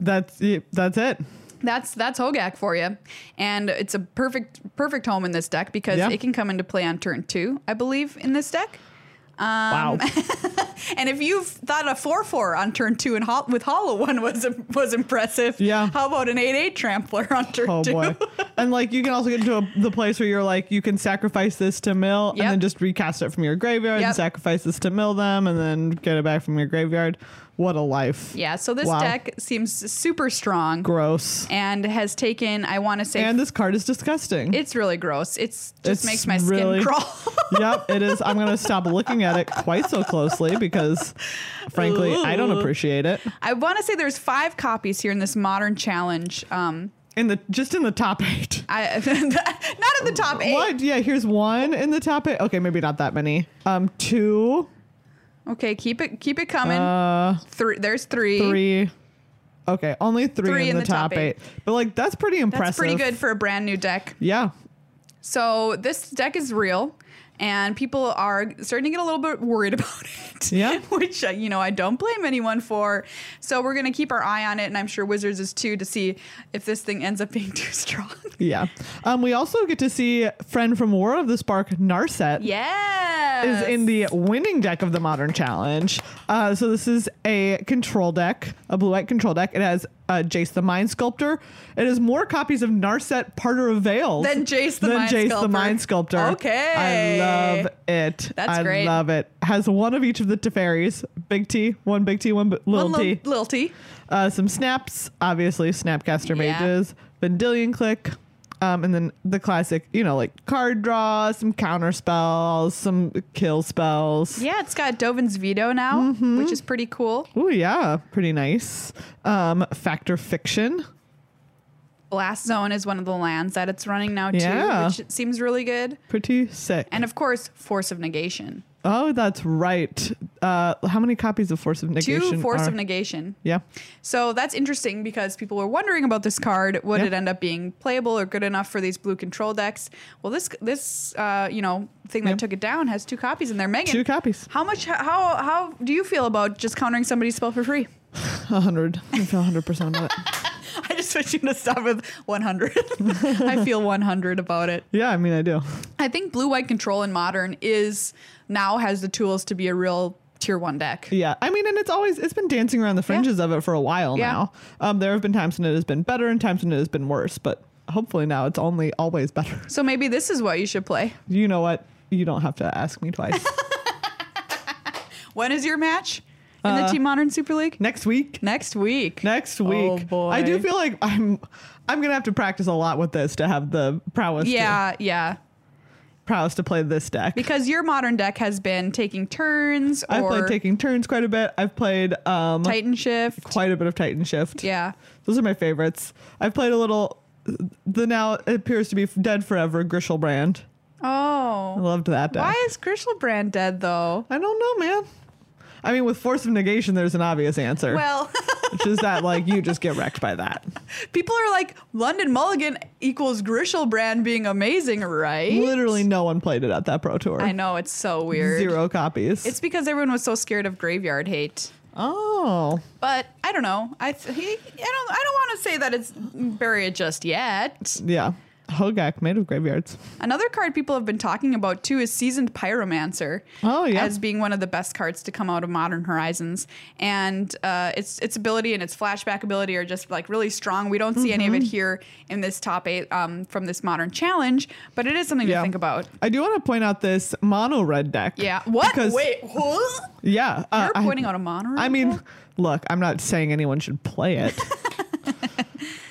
B: that's it. That's it.
A: That's that's Hogak for you, and it's a perfect perfect home in this deck because
B: Yeah.
A: it can come into play on turn two, I believe, in this deck. Um,
B: wow.
A: And if you've thought a four four on turn two and hol- with Hollow One was was impressive,
B: Yeah.
A: How about an eight eight Trampler on turn
B: Oh
A: two?
B: boy. and like you can also get to a, the place where you're like you can sacrifice this to mill
A: Yep.
B: and then just recast it from your graveyard
A: Yep.
B: and sacrifice this to mill them and then get it back from your graveyard. What a life.
A: Yeah, so this
B: Wow.
A: deck seems super strong
B: Gross.
A: and has taken, I want to say,
B: And this card is disgusting.
A: it's really gross. It's just makes
B: It's
A: my
B: really-
A: skin crawl.
B: yep, it is. I'm gonna stop looking at it quite so closely because frankly I don't
A: Ooh.
B: appreciate it.
A: I want to say there's five copies here in this modern challenge. Um,
B: In the just in the top eight.
A: I not in the top eight.
B: What? Yeah, here's one in the top eight. Okay, maybe not that many. Um two,
A: Okay, keep it keep it coming.
B: uh
A: Three, there's three.
B: three. Okay, only three, in, the, top, eight. But like that's pretty impressive.
A: That's pretty good for a brand new deck.
B: Yeah.
A: So this deck is real, and people are starting to get a little bit worried about it.
B: Yeah.
A: Which, uh, you know, I don't blame anyone for. So we're going to keep our eye on it, and I'm sure Wizards is too, to see if this thing ends up being too strong.
B: Yeah. Um, we also get to see friend from War of the Spark, Narset.
A: Yeah.
B: Is in the winning deck of the modern challenge. Uh, so this is a control deck, a blue white control deck. It has uh, Jace the Mind Sculptor. It has more copies of Narset Parter of Veils
A: Then Jace the
B: than
A: Mind
B: Jace
A: Sculptor.
B: the Mind Sculptor.
A: Okay.
B: I love it.
A: That's
B: I
A: great.
B: love it. Has one of each of the Teferis. Big T, one Big T, one b- little
A: One lil-
B: T.
A: Lil T.
B: Uh, some snaps, obviously, Snapcaster
A: Yeah.
B: Mages, Vendillion Click, um, and then the classic, you know, like card draw, some counter spells, some kill spells.
A: Yeah, it's got Dovin's Veto now,
B: Mm-hmm.
A: which is pretty cool.
B: Oh, yeah, pretty nice. Um, Factor Fiction.
A: Blast Zone is one of the lands that it's running now, too,
B: Yeah.
A: which seems really good.
B: Pretty sick.
A: And of course, Force of Negation.
B: oh, that's right. Uh, how many copies of Force of Negation?
A: Two Force
B: are-
A: of Negation.
B: Yeah.
A: So that's interesting because people were wondering about this card. Would
B: Yeah.
A: it end up being playable or good enough for these blue control decks? Well, this this uh, you know thing
B: Yeah.
A: that took it down has two copies in there. Megan,
B: Two copies.
A: how much? How how do you feel about just countering somebody's spell for free?
B: 100. I feel 100% about it.
A: I just wish you to stop with 100. I feel 100 about it.
B: Yeah, I mean, I do.
A: I think blue white control in modern is now has the tools to be a real tier one deck.
B: Yeah, I mean, and it's always it's been dancing around the fringes of it for a while
A: Yeah.
B: now. Um, there have been times when it has been better and times when it has been worse, but hopefully now it's only always better.
A: So maybe this is what you should play.
B: You know what? You don't have to ask me twice.
A: When is your match in
B: Uh,
A: the Team Modern Super League?
B: Next week.
A: Next week.
B: Next
A: Oh,
B: week. I do
A: boy.
B: feel like I'm I'm gonna have to practice a lot with this to have the prowess. To,
A: Yeah, yeah.
B: prowess to play this deck.
A: Because your modern deck has been taking turns
B: I've
A: or
B: played taking turns quite a bit. I've played um
A: Titan Shift.
B: quite a bit of Titan Shift.
A: Yeah.
B: Those are my favorites. I've played a little. The now appears to be dead forever. Grishelbrand. I
A: Oh.
B: loved that deck.
A: Why is Grishelbrand dead though?
B: I don't know, man. I mean, with force of negation, there's an obvious answer,
A: Well,
B: which is that like you just get wrecked by that.
A: people are like London Mulligan equals Grishelbrand being amazing, right?
B: Literally, no one played it at that pro tour.
A: I know it's so weird.
B: Zero copies.
A: It's because everyone was so scared of graveyard hate.
B: oh,
A: But I don't know. I th- he, I don't I don't want to say that it's bury it just yet.
B: yeah. Hogak made of graveyards.
A: Another card people have been talking about too is Seasoned Pyromancer.
B: Oh, yeah.
A: as being one of the best cards to come out of Modern Horizons, and uh, its its ability and its flashback ability are just like really strong. We don't see any
B: Mm-hmm.
A: of it here in this top eight um, from this Modern Challenge, but it is something to
B: Yeah.
A: think about.
B: I do want to point out this mono red deck.
A: Yeah. What?
B: Because,
A: Wait. Huh?
B: Yeah. uh,
A: You're
B: I-
A: pointing out a mono.
B: I mean, look, I'm not saying anyone should play it,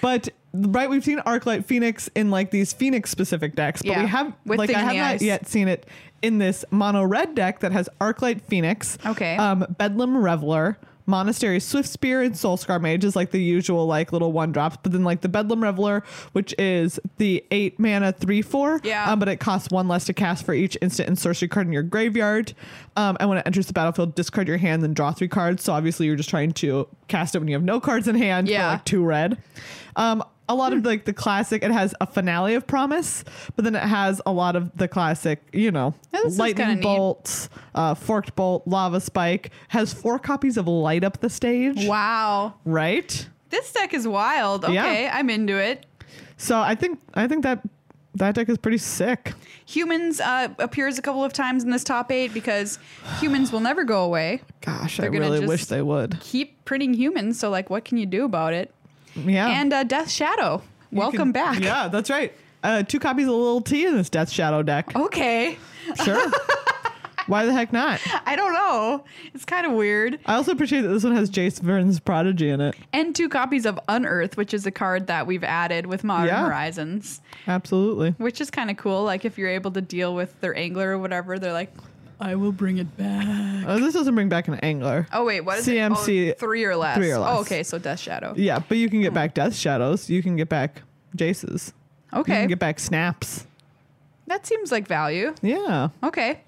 B: but right we've seen arclight phoenix in like these phoenix specific decks but
A: Yeah,
B: we have
A: with
B: like
A: Thing
B: i
A: in
B: have
A: the
B: not
A: Eyes.
B: yet seen it in this mono red deck that has arclight phoenix
A: Okay.
B: um bedlam reveler monastery swift spear and soul scar mage is like the usual like little one drops but then like the bedlam reveler which is the eight mana three four
A: Yeah.
B: um, but it costs one less to cast for each instant and sorcery card in your graveyard um and when it enters the battlefield discard your hand then draw three cards so obviously you're just trying to cast it when you have no cards in hand for,
A: Yeah.
B: like, two red. Um, a lot of like the classic. It has a finale of promise, but then it has a lot of the classic. You know,
A: Yeah, this is kinda
B: lightning
A: neat.
B: bolt, uh, forked bolt, lava spike. Has four copies of light up the stage.
A: Wow.
B: Right.
A: This deck is wild. Okay,
B: Yeah.
A: I'm into it.
B: So I think I think that that deck is pretty sick.
A: Humans uh, appears a couple of times in this top eight because humans will never go away.
B: Gosh, I
A: gonna
B: really
A: just-
B: wish they would.
A: Keep printing humans, so like, what can you do about it?
B: Yeah.
A: And uh, Death Shadow,
B: Oh. You
A: welcome
B: can-
A: back.
B: Yeah, that's right. Uh, two copies of Little T in this Death Shadow deck.
A: Okay,
B: Sure. Why the heck not?
A: I don't know. It's kind of weird.
B: I also appreciate that this one has Jace Vern's Prodigy in it.
A: And two copies of Unearth, which is a card that we've added with Modern
B: Yeah.
A: Horizons,
B: Absolutely.
A: which is kind of cool. Like if you're able to deal with their angler or whatever, they're like, I will bring it back.
B: Oh, this doesn't bring back an angler.
A: Oh wait, what is it?
B: CMC
A: Oh, three or less.
B: three or less.
A: Oh, okay, so Death Shadow.
B: Yeah, but you
A: Oh.
B: can get back Death Shadows. You can get back Jaces. You
A: Okay,
B: can get back Snaps.
A: that seems like value.
B: Yeah.
A: Okay.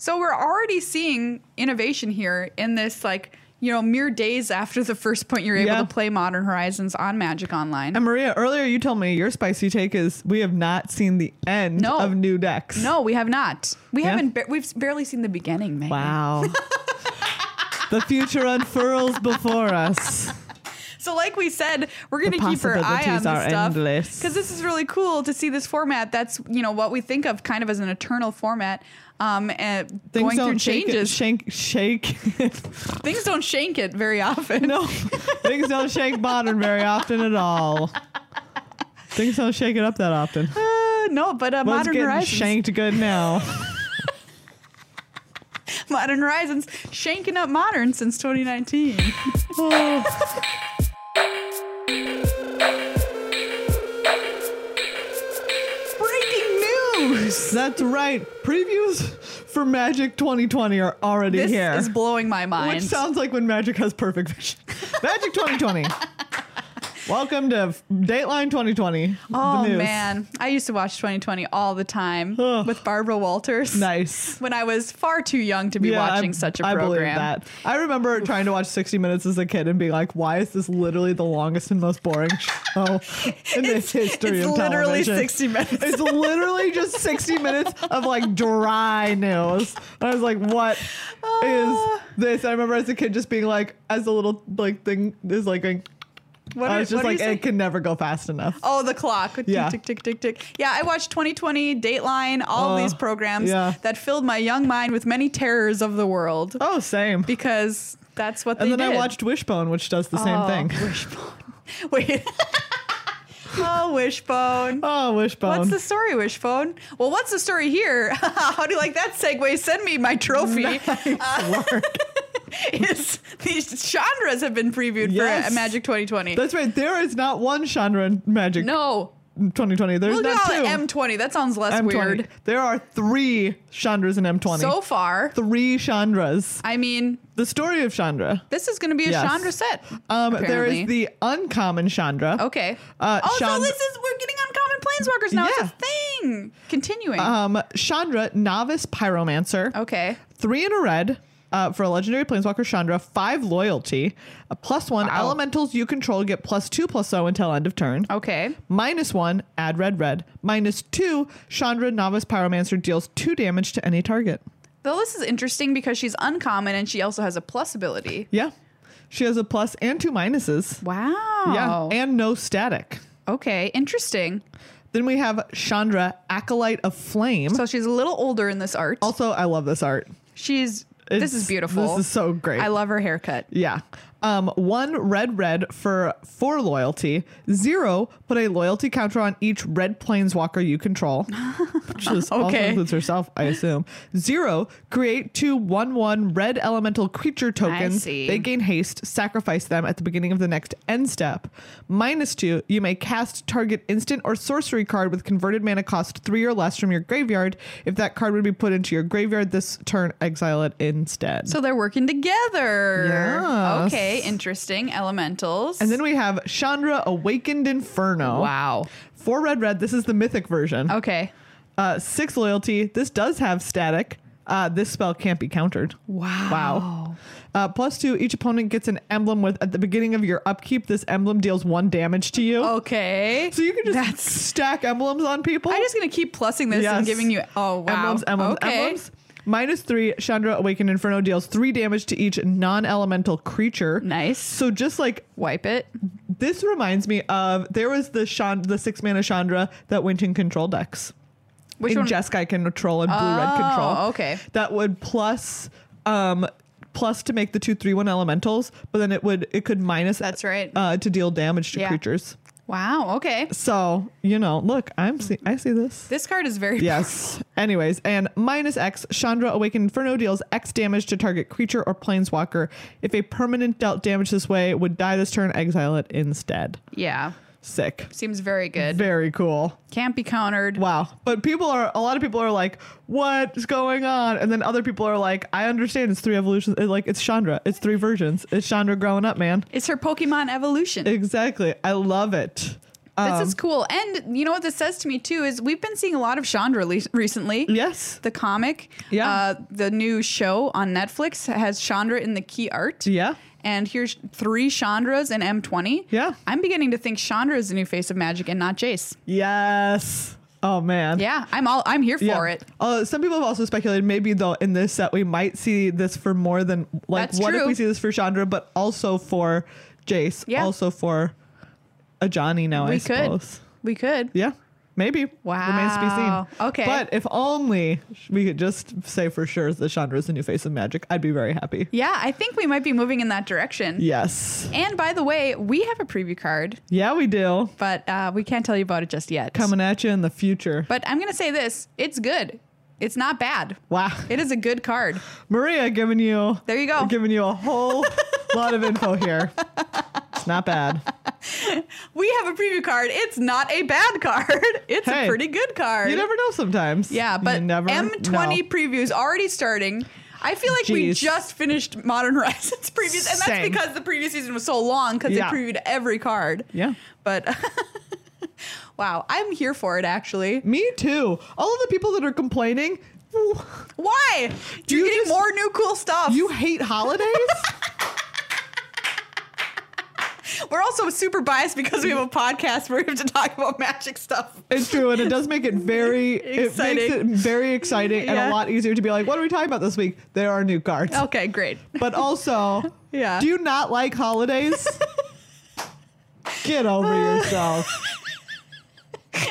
A: So we're already seeing innovation here in this, like, you know, mere days after the first point you're able
B: Yeah.
A: to play Modern Horizons on Magic Online.
B: And Maria, earlier you told me your spicy take is we have not seen the end
A: No.
B: of new decks.
A: no, we have not. We
B: Yeah.
A: haven't. Ba- we've barely seen the beginning, Megan.
B: Wow. the future unfurls before us.
A: So, like we said, we're going to
B: The
A: keep our eye on
B: possibilities
A: this
B: are
A: stuff
B: endless.
A: because this is really cool to see this format. That's you know what we think of kind of as an eternal format, um, and going through
B: shake
A: changes.
B: It, shake, shake. it.
A: Things don't shank it very often.
B: no, things don't shake modern very often at all. Things don't shake it up that often.
A: Uh, no, but uh,
B: One's
A: Modern
B: getting
A: Horizons.
B: shanked good now.
A: Modern Horizons shanking up modern since 2019. Breaking news!
B: That's right. Previews for Magic 2020 are already
A: This
B: here.
A: is blowing my
B: which
A: mind.
B: sounds like when Magic has perfect vision. Magic 2020. Welcome to f- Dateline 2020.
A: oh
B: the news.
A: man, I used to watch 2020 all the time
B: Ugh.
A: with Barbara Walters.
B: Nice.
A: When I was far too young to be
B: Yeah, I-
A: watching such a
B: I
A: program.
B: believe that. I remember trying to watch 60 Minutes as a kid and being like, why is this literally the longest and most boring show in the history
A: It's
B: of
A: literally
B: television?
A: 60 minutes.
B: It's literally just 60 minutes of like dry news. And I was like, what is
A: Ah.
B: this? I remember as a kid just being like, as the little like thing is like, going,
A: What
B: I
A: are-
B: was just
A: what are you
B: like,
A: saying?
B: it can never go fast enough.
A: Oh, the clock. Tick,
B: Yeah.
A: Tick, tick, tick, tick. Yeah, I watched 2020, Dateline, all
B: Oh,
A: these programs
B: yeah.
A: that filled my young mind with many terrors of the world
B: Oh, same.
A: because that's what
B: And
A: they
B: then
A: did.
B: I watched Wishbone, which does the same
A: Oh,
B: thing.
A: Wishbone. Wait. oh, Wishbone.
B: Oh, Wishbone.
A: What's the story, Wishbone? Well, what's the story here? How do you like that segue? Send me my trophy. Is these Chandras have been previewed
B: Yes.
A: for Magic 2020.
B: That's right. There is not one Chandra in Magic
A: no.
B: 2020. There's
A: We'll
B: not
A: call it
B: two.
A: M20. That sounds less
B: M20.
A: weird.
B: There are three Chandras in M20.
A: So far,
B: three Chandras.
A: I mean,
B: The story of Chandra.
A: This is going to be a
B: Yes.
A: Chandra set.
B: Um, there
A: apparently.
B: is the uncommon Chandra.
A: okay.
B: Uh,
A: oh, so
B: Chandra-
A: this is we're getting uncommon planeswalkers now. It's a thing. Continuing.
B: Um, Chandra, novice pyromancer.
A: okay.
B: Three in a red. Uh, for a legendary planeswalker Chandra, five loyalty, a plus one
A: Wow.
B: elementals you control get plus two plus zero until end of turn.
A: Okay.
B: Minus one, add red red. Minus two, Chandra Novice Pyromancer deals two damage to any target.
A: Though this is interesting because she's uncommon and she also has a plus ability.
B: Yeah. She has a plus and two minuses.
A: Wow.
B: Yeah. And no static.
A: okay. Interesting.
B: Then we have Chandra, Acolyte of Flame.
A: So she's a little older in this art.
B: also, I love this art.
A: She's This is
B: It's-
A: beautiful.
B: This is so great.
A: I love her haircut.
B: Yeah. Um, one red red for for loyalty. Zero put a loyalty counter on each red planeswalker you control, which is also
A: Okay.
B: includes herself, I assume. Zero create two one one red elemental creature tokens.
A: see.
B: They gain haste. Sacrifice them at the beginning of the next end step. Minus two. You may cast target instant or sorcery card with converted mana cost three or less from your graveyard. If that card would be put into your graveyard this turn, exile it instead.
A: So they're working together.
B: Yes.
A: Okay, interesting. Elementals.
B: And then we have Chandra Awakened Inferno.
A: wow. Oh.
B: Four red red. This is the mythic version.
A: Okay.
B: Uh, six loyalty. This does have static. Uh, this spell can't be countered.
A: Wow.
B: Wow. Uh, plus two. Each opponent gets an emblem with at the beginning of your upkeep. This emblem deals one damage to you.
A: Okay.
B: So you can just
A: Oh, That's-
B: stack emblems on people.
A: I'm just gonna keep plussing this and
B: Yes.
A: giving you. Oh wow.
B: Emblems, emblems,
A: okay.
B: emblems. Minus three, Chandra Awakened Inferno deals three damage to each non elemental creature.
A: Nice.
B: So just like
A: Wipe it.
B: This reminds me of there was the Shand- the six mana Chandra that went in control decks.
A: Which
B: in
A: one?
B: Jeskai control and blue red control.
A: Oh, okay.
B: That would plus um plus to make the two three one elementals, but then it would it could minus
A: That's right.
B: uh, to deal damage to
A: Yeah.
B: creatures.
A: wow. Okay.
B: So, you know, look, I'm see I see this.
A: This card is very.
B: Yes. Anyways, and minus X, Chandra Awakened Inferno deals X damage to target creature or planeswalker. If a permanent dealt damage this way, would die this turn, exile it instead.
A: Yeah.
B: Sick.
A: Seems very good.
B: Very cool.
A: Can't be countered.
B: Wow. But people are a lot of people are like, what's going on? And then other people are like, I understand it's three evolutions. It- like it's Chandra. It's three versions. It's Chandra growing up, man.
A: It's her Pokemon evolution.
B: Exactly. I love it.
A: this
B: Um,
A: is cool. And you know what this says to me too is we've been seeing a lot of Chandra le- recently.
B: Yes.
A: The comic,
B: Yeah.
A: uh, the new show on Netflix has Chandra in the key art.
B: Yeah.
A: And here's three Chandras in M20.
B: Yeah.
A: I'm beginning to think Chandra is the new face of magic and not Jace.
B: Yes. Oh man.
A: Yeah, I'm all I'm here for it.
B: Uh, some people have also speculated maybe though in this set we might see this for more than like
A: That's
B: what if
A: true.
B: we see this for Chandra, but also for Jace,
A: Yeah.
B: also for a Johnny now, I
A: we could.
B: suppose.
A: We could.
B: Yeah, maybe. Remains to be
A: Wow.
B: seen.
A: Okay.
B: But if only we could just say for sure that Chandra is the new face of magic, I'd be very happy.
A: Yeah, I think we might be moving in that direction.
B: Yes.
A: And by the way, we have a preview card,
B: Yeah, we do.
A: but uh, we can't tell you about it just yet.
B: Coming at you in the future.
A: But I'm going to say this it's good. It's not bad.
B: Wow.
A: It is a good card.
B: Maria giving you
A: There you go.
B: Giving you a whole lot of info here. It's not bad.
A: We have a preview card. It's not a bad card. It's
B: Hey,
A: a pretty good card.
B: You never know sometimes.
A: yeah,
B: You
A: but
B: never
A: M20
B: know.
A: previews already starting. I feel like we
B: Jeez.
A: just finished Modern Horizons previews, and that's
B: Same.
A: because the previous season was so long because
B: Yeah.
A: they previewed every card.
B: Yeah.
A: But wow, I'm here for it actually.
B: Me too. All of the people that are complaining,
A: Why? You're
B: you
A: getting
B: just-
A: more new cool stuff.
B: you hate holidays?
A: We're also super biased because we have a podcast where we have to talk about magic stuff.
B: It's true, and it does make it very it makes it
A: Exciting.
B: very exciting and
A: Yeah.
B: a lot easier to be like, what are we talking about this week? There are new cards.
A: Okay, great.
B: But also,
A: Yeah.
B: do you not like holidays? Get over yourself.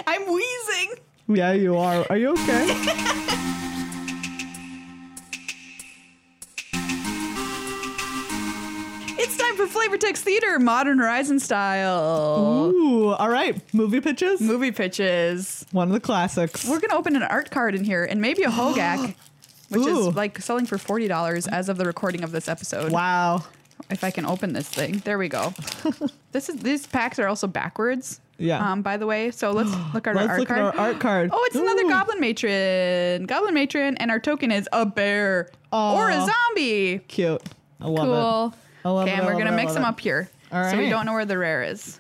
A: I'm wheezing.
B: Yeah, you are. Are you okay?
A: It's time for Flavor Text Theater, Modern Horizon style.
B: Ooh, all right. Movie pitches.
A: Movie pitches.
B: One of the classics.
A: We're gonna open an art card in here and maybe a Hogak, which
B: Ooh.
A: is like selling for forty dollars as of the recording of this episode.
B: Wow.
A: If I can open this thing, there we go. this is these packs are also backwards.
B: Yeah.
A: Um, by the way, so let's look at
B: Let's
A: our art
B: look
A: card.
B: at our art card.
A: Oh, it's another
B: Ooh.
A: goblin matron. Goblin matron, and our token is a bear or a
B: Aw.
A: zombie.
B: Cute. I love
A: Cool.
B: I love
A: Okay,
B: it,
A: and
B: I
A: we're
B: love
A: gonna
B: it, I
A: mix
B: love
A: them
B: it.
A: up here,
B: All
A: so we
B: right.
A: don't know where the rare is.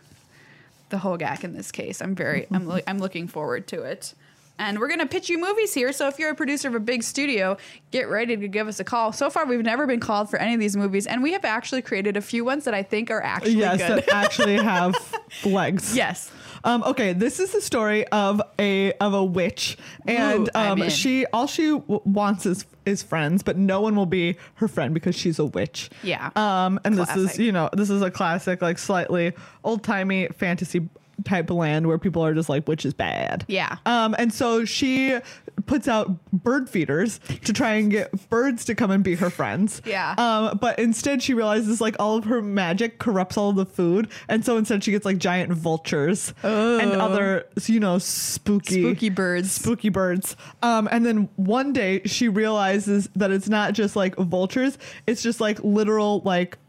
A: The Hogak in this case. I'm very, I'm, lo- I'm looking forward to it. And we're gonna pitch you movies here. So if you're a producer of a big studio, get ready to give us a call. So far, we've never been called for any of these movies, and we have actually created a few ones that I think are
B: it.
A: actually
B: Yes,
A: good.
B: that actually have legs.
A: yes.
B: Um, okay, this is the story of a of a witch, and
A: Ooh, I'm
B: um,
A: in.
B: she all she w- wants is is friends, but no one will be her friend because she's a witch.
A: Yeah.
B: Um, and this
A: Classic.
B: is you know this is a classic like slightly old timey fantasy type of land where people are just like, which is bad.
A: Yeah.
B: Um, and so she puts out bird feeders to try and get birds to come and be her friends.
A: Yeah.
B: Um, but instead she realizes like all of her magic corrupts all of the food, and so instead she gets like giant vultures and other you know spooky
A: Oh. Spooky birds.
B: spooky birds. Um, and then one day she realizes that it's not just like vultures; it's just like literal like.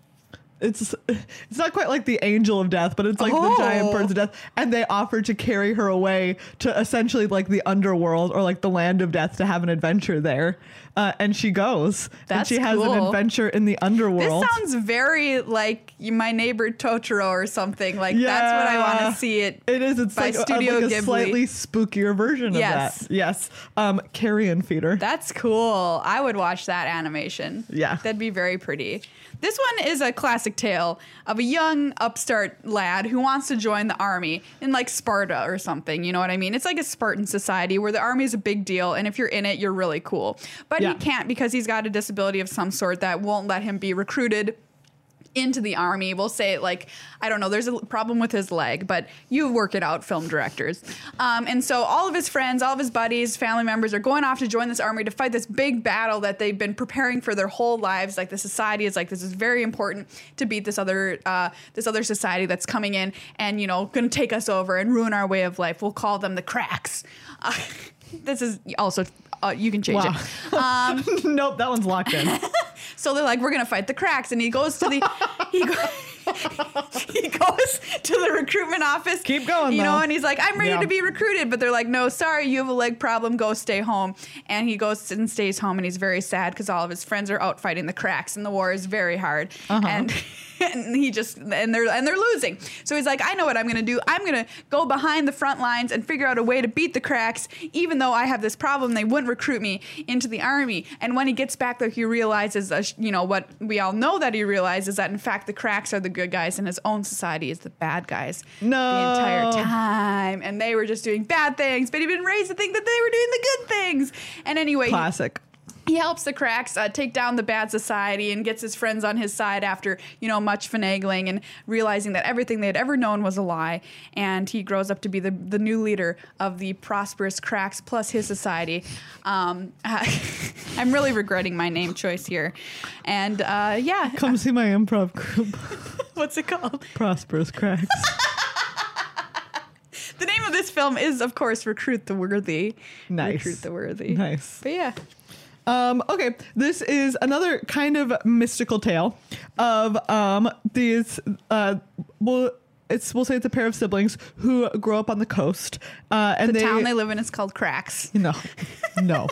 B: It's it's not quite like the angel of death, but it's like the giant
A: Oh.
B: birds of death, and they offer to carry her away to essentially like the underworld or like the land of death to have an adventure there, uh, and she goes. and
A: That's
B: she has an
A: cool.
B: adventure in the
A: This
B: underworld.
A: sounds very like you- my neighbor Totoro or something. Like that's what I
B: Yeah.
A: want to see it.
B: it is. It's
A: by
B: like, a-
A: Studio
B: like a
A: Ghibli.
B: slightly spookier version
A: Yes.
B: of that. Yes. Um, carrion feeder.
A: That's cool. I would watch that animation.
B: Yeah.
A: That'd be very pretty. This one is a classic tale of a young upstart lad who wants to join the army in like Sparta or something. You know what I mean? It's like a Spartan society where the army is a big deal and if you're in it, you're really cool. But he
B: Yeah.
A: can't because he's got a disability of some sort that won't let him be recruited into the army. We'll say like I don't know. There's a l- problem with his leg, but you work it out, film directors. Um, and so all of his friends, all of his buddies, family members are going off to join this army to fight this big battle that they've been preparing for their whole lives. Like the society is like this is very important to beat this other uh, this other society that's coming in and you know going to take us over and ruin our way of life. We'll call them the cracks. Uh, this is also. Uh, you can change it.
B: nope, that one's locked in.
A: So they're like, we're gonna fight the cracks, and he goes to the he, go- he goes to the recruitment office.
B: Keep going,
A: you know.
B: though.
A: And he's like, I'm ready
B: Yeah.
A: to be recruited, but they're like, no, sorry, you have a leg problem. Go stay home. And he goes and stays home, and he's very sad because all of his friends are out fighting the cracks, and the war is very hard.
B: Uh-huh.
A: And and he just and they're and they're losing. So he's like, I know what I'm gonna do. I'm gonna go behind the front lines and figure out a way to beat the cracks, even though I have this problem. They wouldn't recruit me into the army. And when he gets back there, he realizes, uh, sh- you know, what we all know that he realizes that in fact the cracks are the good guys, and his own society is the bad guys.
B: No.
A: the entire time, and they were just doing bad things. But he'd been raised to think that they were doing the good things. And anyway, he-
B: Classic.
A: he helps the cracks uh, take down the bad society and gets his friends on his side after you know much finagling and realizing that everything they had ever known was a lie and he grows up to be the, the new leader of the prosperous cracks plus his society um, i'm really regretting my name choice here and uh, yeah
B: Come see my improv group,
A: what's it called
B: Prosperous Cracks.
A: the name of this film is of course recruit the worthy
B: Nice.
A: recruit the worthy
B: nice.
A: but yeah
B: Um, okay, this is another kind of mystical tale of um, these. Uh, well, it's we'll say it's a pair of siblings who grow up on the coast, uh, and
A: the
B: they
A: town they live in is called cracks
B: No, no.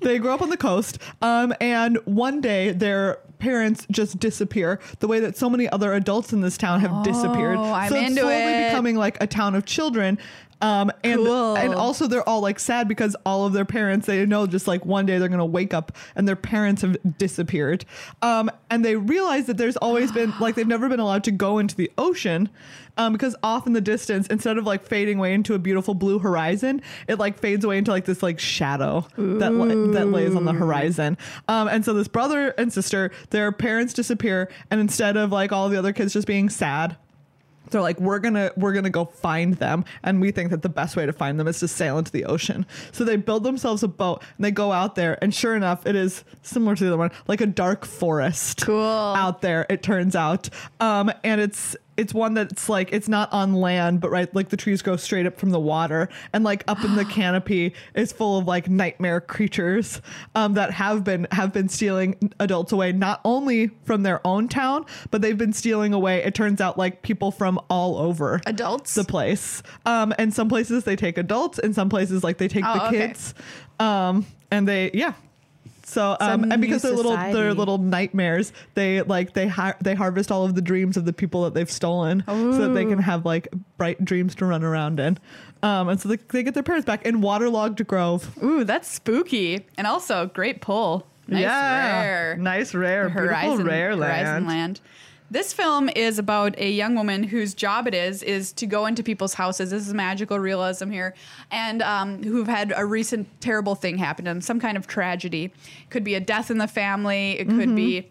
B: they grow up on the coast, um, and one day their parents just disappear the way that so many other adults in this town have disappeared.
A: Oh, I'm
B: so it's
A: into
B: slowly
A: it.
B: becoming like a town of children. Um, and
A: Cool.
B: and also they're all like sad because all of their parents they know just like one day they're gonna wake up and their parents have disappeared, um, and they realize that there's always been like they've never been allowed to go into the ocean, um, because off in the distance instead of like fading away into a beautiful blue horizon, it like fades away into like this like shadow that la- that lays on the horizon, um, and so this brother and sister their parents disappear and instead of like all the other kids just being sad they're like we're gonna we're gonna go find them and we think that the best way to find them is to sail into the ocean so they build themselves a boat and they go out there and sure enough it is similar to the other one like a dark forest
A: Cool.
B: out there it turns out um and it's it's one that's like it's not on land but right like the trees grow straight up from the water and like up in the canopy is full of like nightmare creatures um that have been have been stealing adults away not only from their own town but they've been stealing away it turns out like people from all over
A: adults
B: the place. Um, and some places they take adults, and some places like they take the
A: Oh, okay.
B: kids. Um, and they yeah. So um,
A: Some
B: and because
A: new
B: they're little they're
A: society.
B: little nightmares, they like they har- they harvest all of the dreams of the people that they've stolen, so that they can have like bright dreams to run around in. Um, and so they, they get their parents back in waterlogged grove.
A: Ooh, that's spooky. And also, great pull. Nice rare.
B: nice rare, beautiful rare
A: Horizon
B: land.
A: land. This film is about a young woman whose job it is is to go into people's houses. This is magical realism here, and um, who've had a recent
B: Mm-hmm.
A: terrible thing happen to them, some kind of tragedy. Could be a death in the family. It could be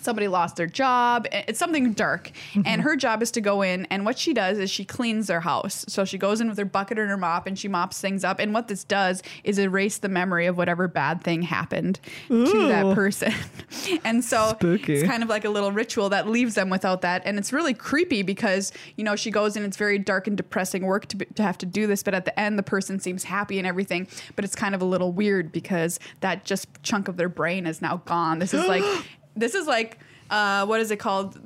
A: somebody lost their job. I- It's something dark. And her job is to go in, and what she does is she cleans their house. So she goes in with her bucket and her mop and she mops things up. And what this does is erase the memory of whatever bad thing happened to that
B: Ooh.
A: person. and so
B: Spooky.
A: it's kind kind of like a little ritual that leaves them without that. And it's really creepy because, you know, she goes and it's very dark and depressing work to, be- to have to do this. But at the end, the person seems happy and everything. But it's kind of a little weird because that just chunk of their brain is now gone. This is like, this is like, uh, what is it called?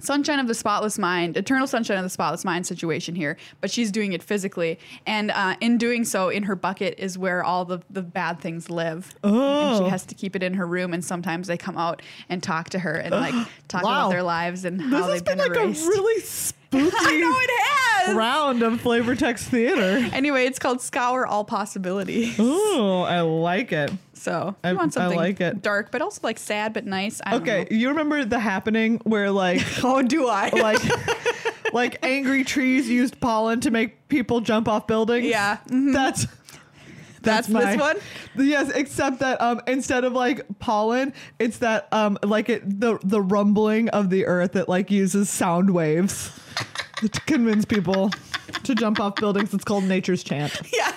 A: Sunshine of the Spotless Mind, Eternal Sunshine of the Spotless Mind situation here, but she's doing it physically. And uh, in doing so, in her bucket is where all the, the bad things live. And she
B: Oh.
A: has to keep it in her room, and sometimes they come out and talk to her and like talk about
B: Wow.
A: their lives and
B: This
A: how
B: has
A: they've been,
B: been, like
A: erased.
B: a really spooky
A: I know it has!
B: round of flavor text theater.
A: Anyway, it's called Scour All Possibility.
B: Ooh, I like it.
A: So
B: I-
A: you want
B: I
A: something
B: like it.
A: dark, but also like sad but nice. I don't
B: Okay,
A: know.
B: you remember the happening where like
A: Oh, do I?
B: like like angry trees used pollen to make people jump off buildings.
A: Yeah. Mm-hmm.
B: That's
A: That's this one?
B: Yes, except that um, instead of like pollen, it's that um, like it the the rumbling of the earth that like uses sound waves to convince people to jump off buildings. It's called nature's chant.
A: yeah.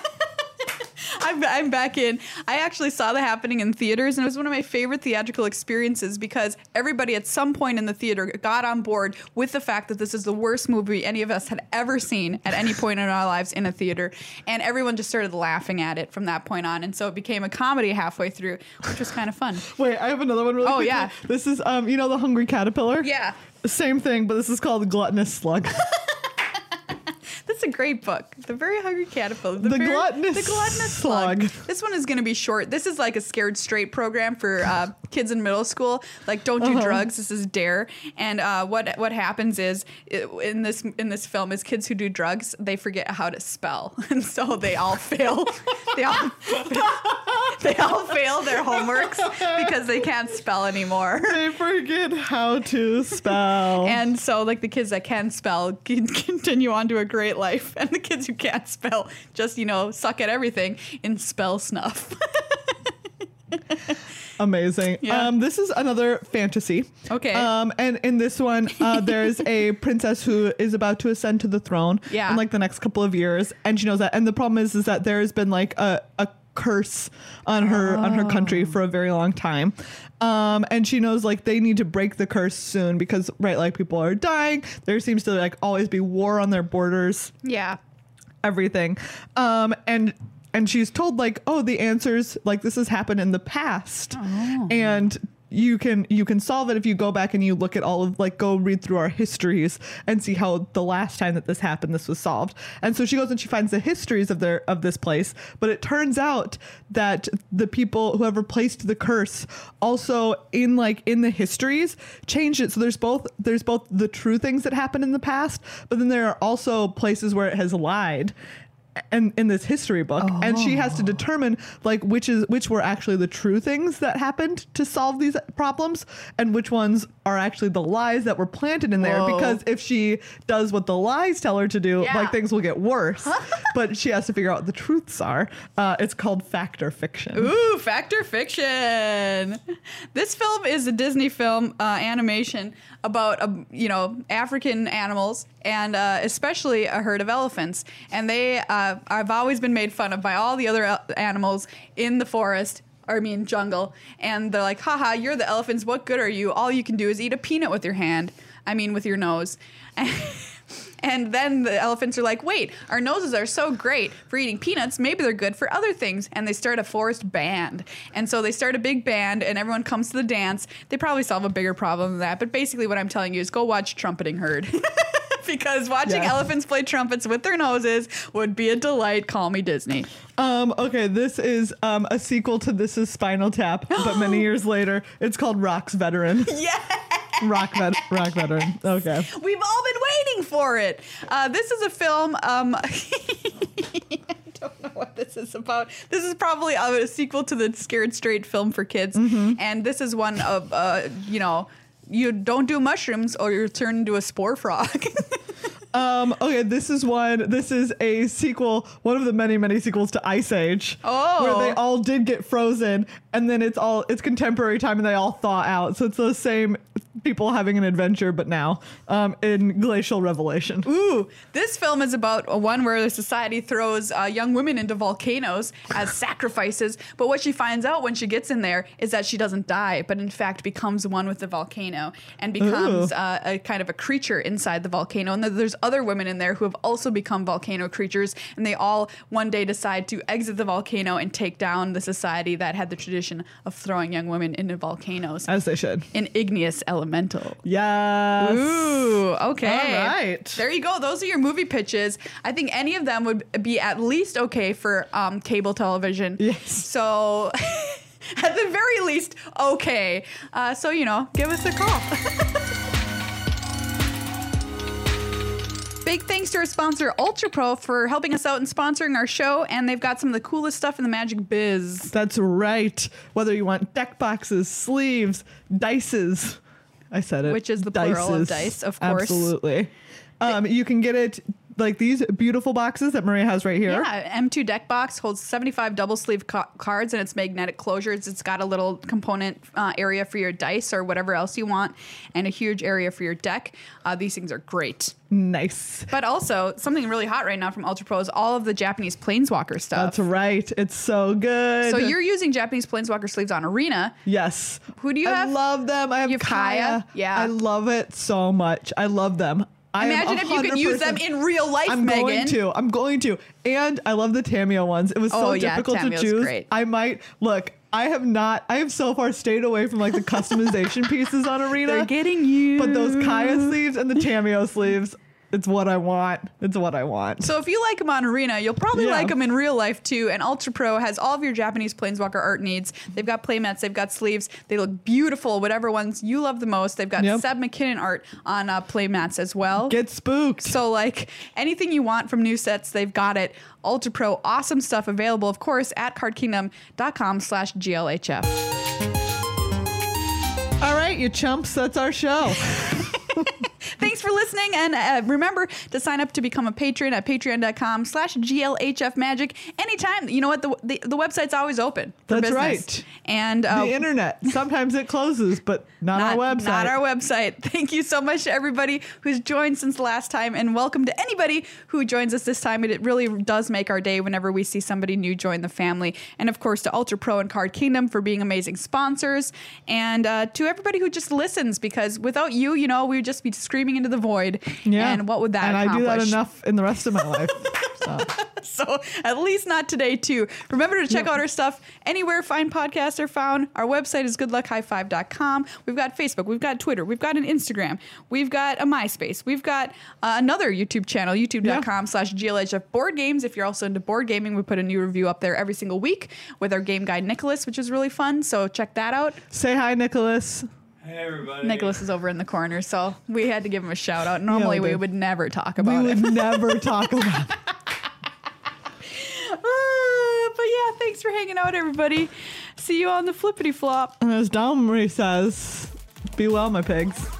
A: I'm, I'm back in. I actually saw the happening in theaters, and it was one of my favorite theatrical experiences because everybody at some point in the theater got on board with the fact that this is the worst movie any of us had ever seen at any point in our lives in a theater. And everyone just started laughing at it from that point on. And so it became a comedy halfway through, which was kind of fun.
B: Wait, I have another one really
A: Oh,
B: quickly.
A: yeah.
B: This is um, you know the hungry caterpillar?
A: Yeah.
B: Same thing, but this is called gluttonous slug.
A: That's a great book. The Very Hungry Caterpillar. The,
B: The
A: very-
B: Gluttonous
A: The Gluttonous Slug.
B: Slug.
A: This one is going to be short. This is like a scared straight program for uh, kids in middle school. Like, don't do drugs. This is dare. And uh, what what happens is it, in this in this film is kids who do drugs they forget how to spell, and so they all fail. they all they all fail their homeworks because they can't spell anymore.
B: I forget how to spell.
A: And so, like the kids that can spell can continue on to a great life, and the kids who can't spell just you know suck at everything and spell snuff.
B: Amazing.
A: Yeah.
B: Um, this is another fantasy.
A: Okay.
B: Um, and in this one, uh, there's a princess who is about to ascend to the throne.
A: Yeah.
B: In like the next couple of years, and she knows that. And the problem is, is that there has been like a a curse on her on her country
A: Oh.
B: for a very long time. Um, and she knows like they need to break the curse soon because right, like people are dying. There seems to like always be war on their borders
A: yeah,
B: everything. Um, and and she's told like, oh, the answers like this has happened in the past, and you can you can solve it if you go back and you look at all of like go read through our histories and see how the last time that this happened this was solved. And so she goes and she finds the histories of their of this place, but it turns out that the people whoever placed the curse also in like in the histories changed it. So there's both there's both the true things that happened in the past, but then there are also places where it has lied and in this history book and she
A: Oh.
B: has to determine like which is which were actually the true things that happened to solve these problems and which ones are actually the lies that were planted in there
A: Whoa.
B: because if she does what the lies tell her to do
A: Yeah.
B: like things will get worse but she has to figure out what the truths are uh, it's called fact or fiction
A: ooh, factor fiction. This film is a Disney film uh, animation about um, you know African animals and uh, especially a herd of elephants, and they uh, I've always been made fun of by all the other el- animals in the forest or I mean jungle, and they're like, haha, you're the elephants. What good are you? All you can do is eat a peanut with your hand. I mean, with your nose. and then the elephants are like, wait, our noses are so great for eating peanuts. Maybe they're good for other things. And they start a forest band. And so they start a big band, and everyone comes to the dance. They probably solve a bigger problem than that. But basically, what I'm telling you is go watch Trumpeting Herd. because watching
B: Yeah.
A: elephants play trumpets with their noses would be a delight. Call me Disney.
B: um, okay this is um, a sequel to this is spinal tap but many years later it's called rocks veteran
A: Yeah.
B: rock, vet- rock veteran okay
A: We've all been waiting for it. Uh, this is a film. Um, don't know what this is about. This is probably a, a sequel to the Scared Straight film for kids, and this is one of uh, you know. You don't do mushrooms or you turn into a spore frog.
B: Um, okay, this is one. This is a sequel, one of the many, many sequels to Ice Age.
A: Oh.
B: Where they all did get frozen and then it's all it's contemporary time and they all thaw out. So it's the same people having an adventure, but now um, in glacial revelation.
A: Ooh, this film is about a one where the society throws uh, young women into volcanoes as sacrifices. But what she finds out when she gets in there is that she doesn't die, but in fact becomes one with the volcano and becomes
B: Ooh.
A: uh, a kind of a creature inside the volcano. And th- there's other women in there who have also become volcano creatures, and they all one day decide to exit the volcano and take down the society that had the tradition of throwing young women into volcanoes.
B: As they should.
A: An igneous elemental.
B: Yes.
A: Ooh, okay.
B: All right.
A: There you go. Those are your movie pitches. I think any of them would be at least okay for um, cable television.
B: Yes.
A: So, at the very least, okay. Uh, so, you know, give us a call. Big thanks to our sponsor, Ultra Pro, for helping us out and sponsoring our show. And they've got some of the coolest stuff in the magic biz.
B: That's right. Whether you want deck boxes, sleeves, dices. I said it.
A: Which is the plural of dice, of course.
B: Absolutely. Um, you can get it like these beautiful boxes that Maria has right here.
A: Yeah, M2 deck box holds 75 double sleeve ca- cards and it's magnetic closures. It's got a little component uh, area for your dice or whatever else you want, and a huge area for your deck. Uh, these things are great.
B: Nice.
A: But also, something really hot right now from Ultra Pro is all of the Japanese Planeswalker stuff.
B: That's right. It's so good.
A: so you're using Japanese Planeswalker sleeves on Arena.
B: Yes.
A: Who do you
B: I
A: have?
B: love them. I have,
A: You have
B: Kaya.
A: Kaya? Yeah.
B: I love it so much. I love them. I am
A: Imagine if you could use them
B: 100%
A: in real life,
B: I'm
A: Megan.
B: going to. I'm going to. And I love the Tamio ones. It was so
A: Oh, yeah,
B: difficult to
A: Tameo's
B: choose.
A: great.
B: I might look. I have not. I have so far stayed away from like the customization pieces on Arena.
A: They're getting you.
B: but those Kaya sleeves and the Tamio sleeves, it's what I want. It's what I want.
A: So if you like them on Arena, you'll probably
B: Yeah.
A: like them in real life too. And Ultra Pro has all of your Japanese Planeswalker art needs. They've got playmats, they've got sleeves. They look beautiful, whatever ones you love the most. They've got
B: Yep.
A: Seb McKinnon art on uh, playmats as well.
B: Get spooked.
A: so like anything you want from new sets, they've got it. Ultra Pro, awesome stuff available, of course, at cardkingdom.com slash GLHF.
B: All right, you chumps. That's our show.
A: Thanks for listening. And uh, remember to sign up to become a patron at patreon.com slash GLHF magic anytime. You know what? The, the, the website's always open. For
B: That's
A: business.
B: right.
A: And uh,
B: the internet. Sometimes it closes, but not,
A: not,
B: our website.
A: not our website. Thank you so much to everybody who's joined since last time, and welcome to anybody who joins us this time. It, it really does make our day whenever we see somebody new join the family, and of course to Ultra Pro and Card Kingdom for being amazing sponsors, and uh, to everybody who just listens because without you, you know, we would just be screaming into the void.
B: Yeah.
A: And what would that?
B: And
A: accomplish?
B: I do that enough in the rest of my life. So,
A: so at least not today too remember to check
B: Yeah.
A: out our stuff anywhere fine podcasts are found our website is goodluckhighfive.com we've got facebook we've got twitter we've got an instagram we've got a myspace we've got uh, another youtube channel youtube.com slash glhf board games if you're also into board gaming we put a new review up there every single week with our game guy nicholas which is really fun so check that out
B: say hi, Nicholas.
C: Hey everybody.
A: nicholas is over in the corner so we had to give him a shout out normally we
B: did.
A: would never talk
B: We
A: about it.
B: would never talk about.
A: Ah, but yeah, thanks for hanging out, everybody. See you on the flippity flop.
B: And as Domri says, be well, my pigs.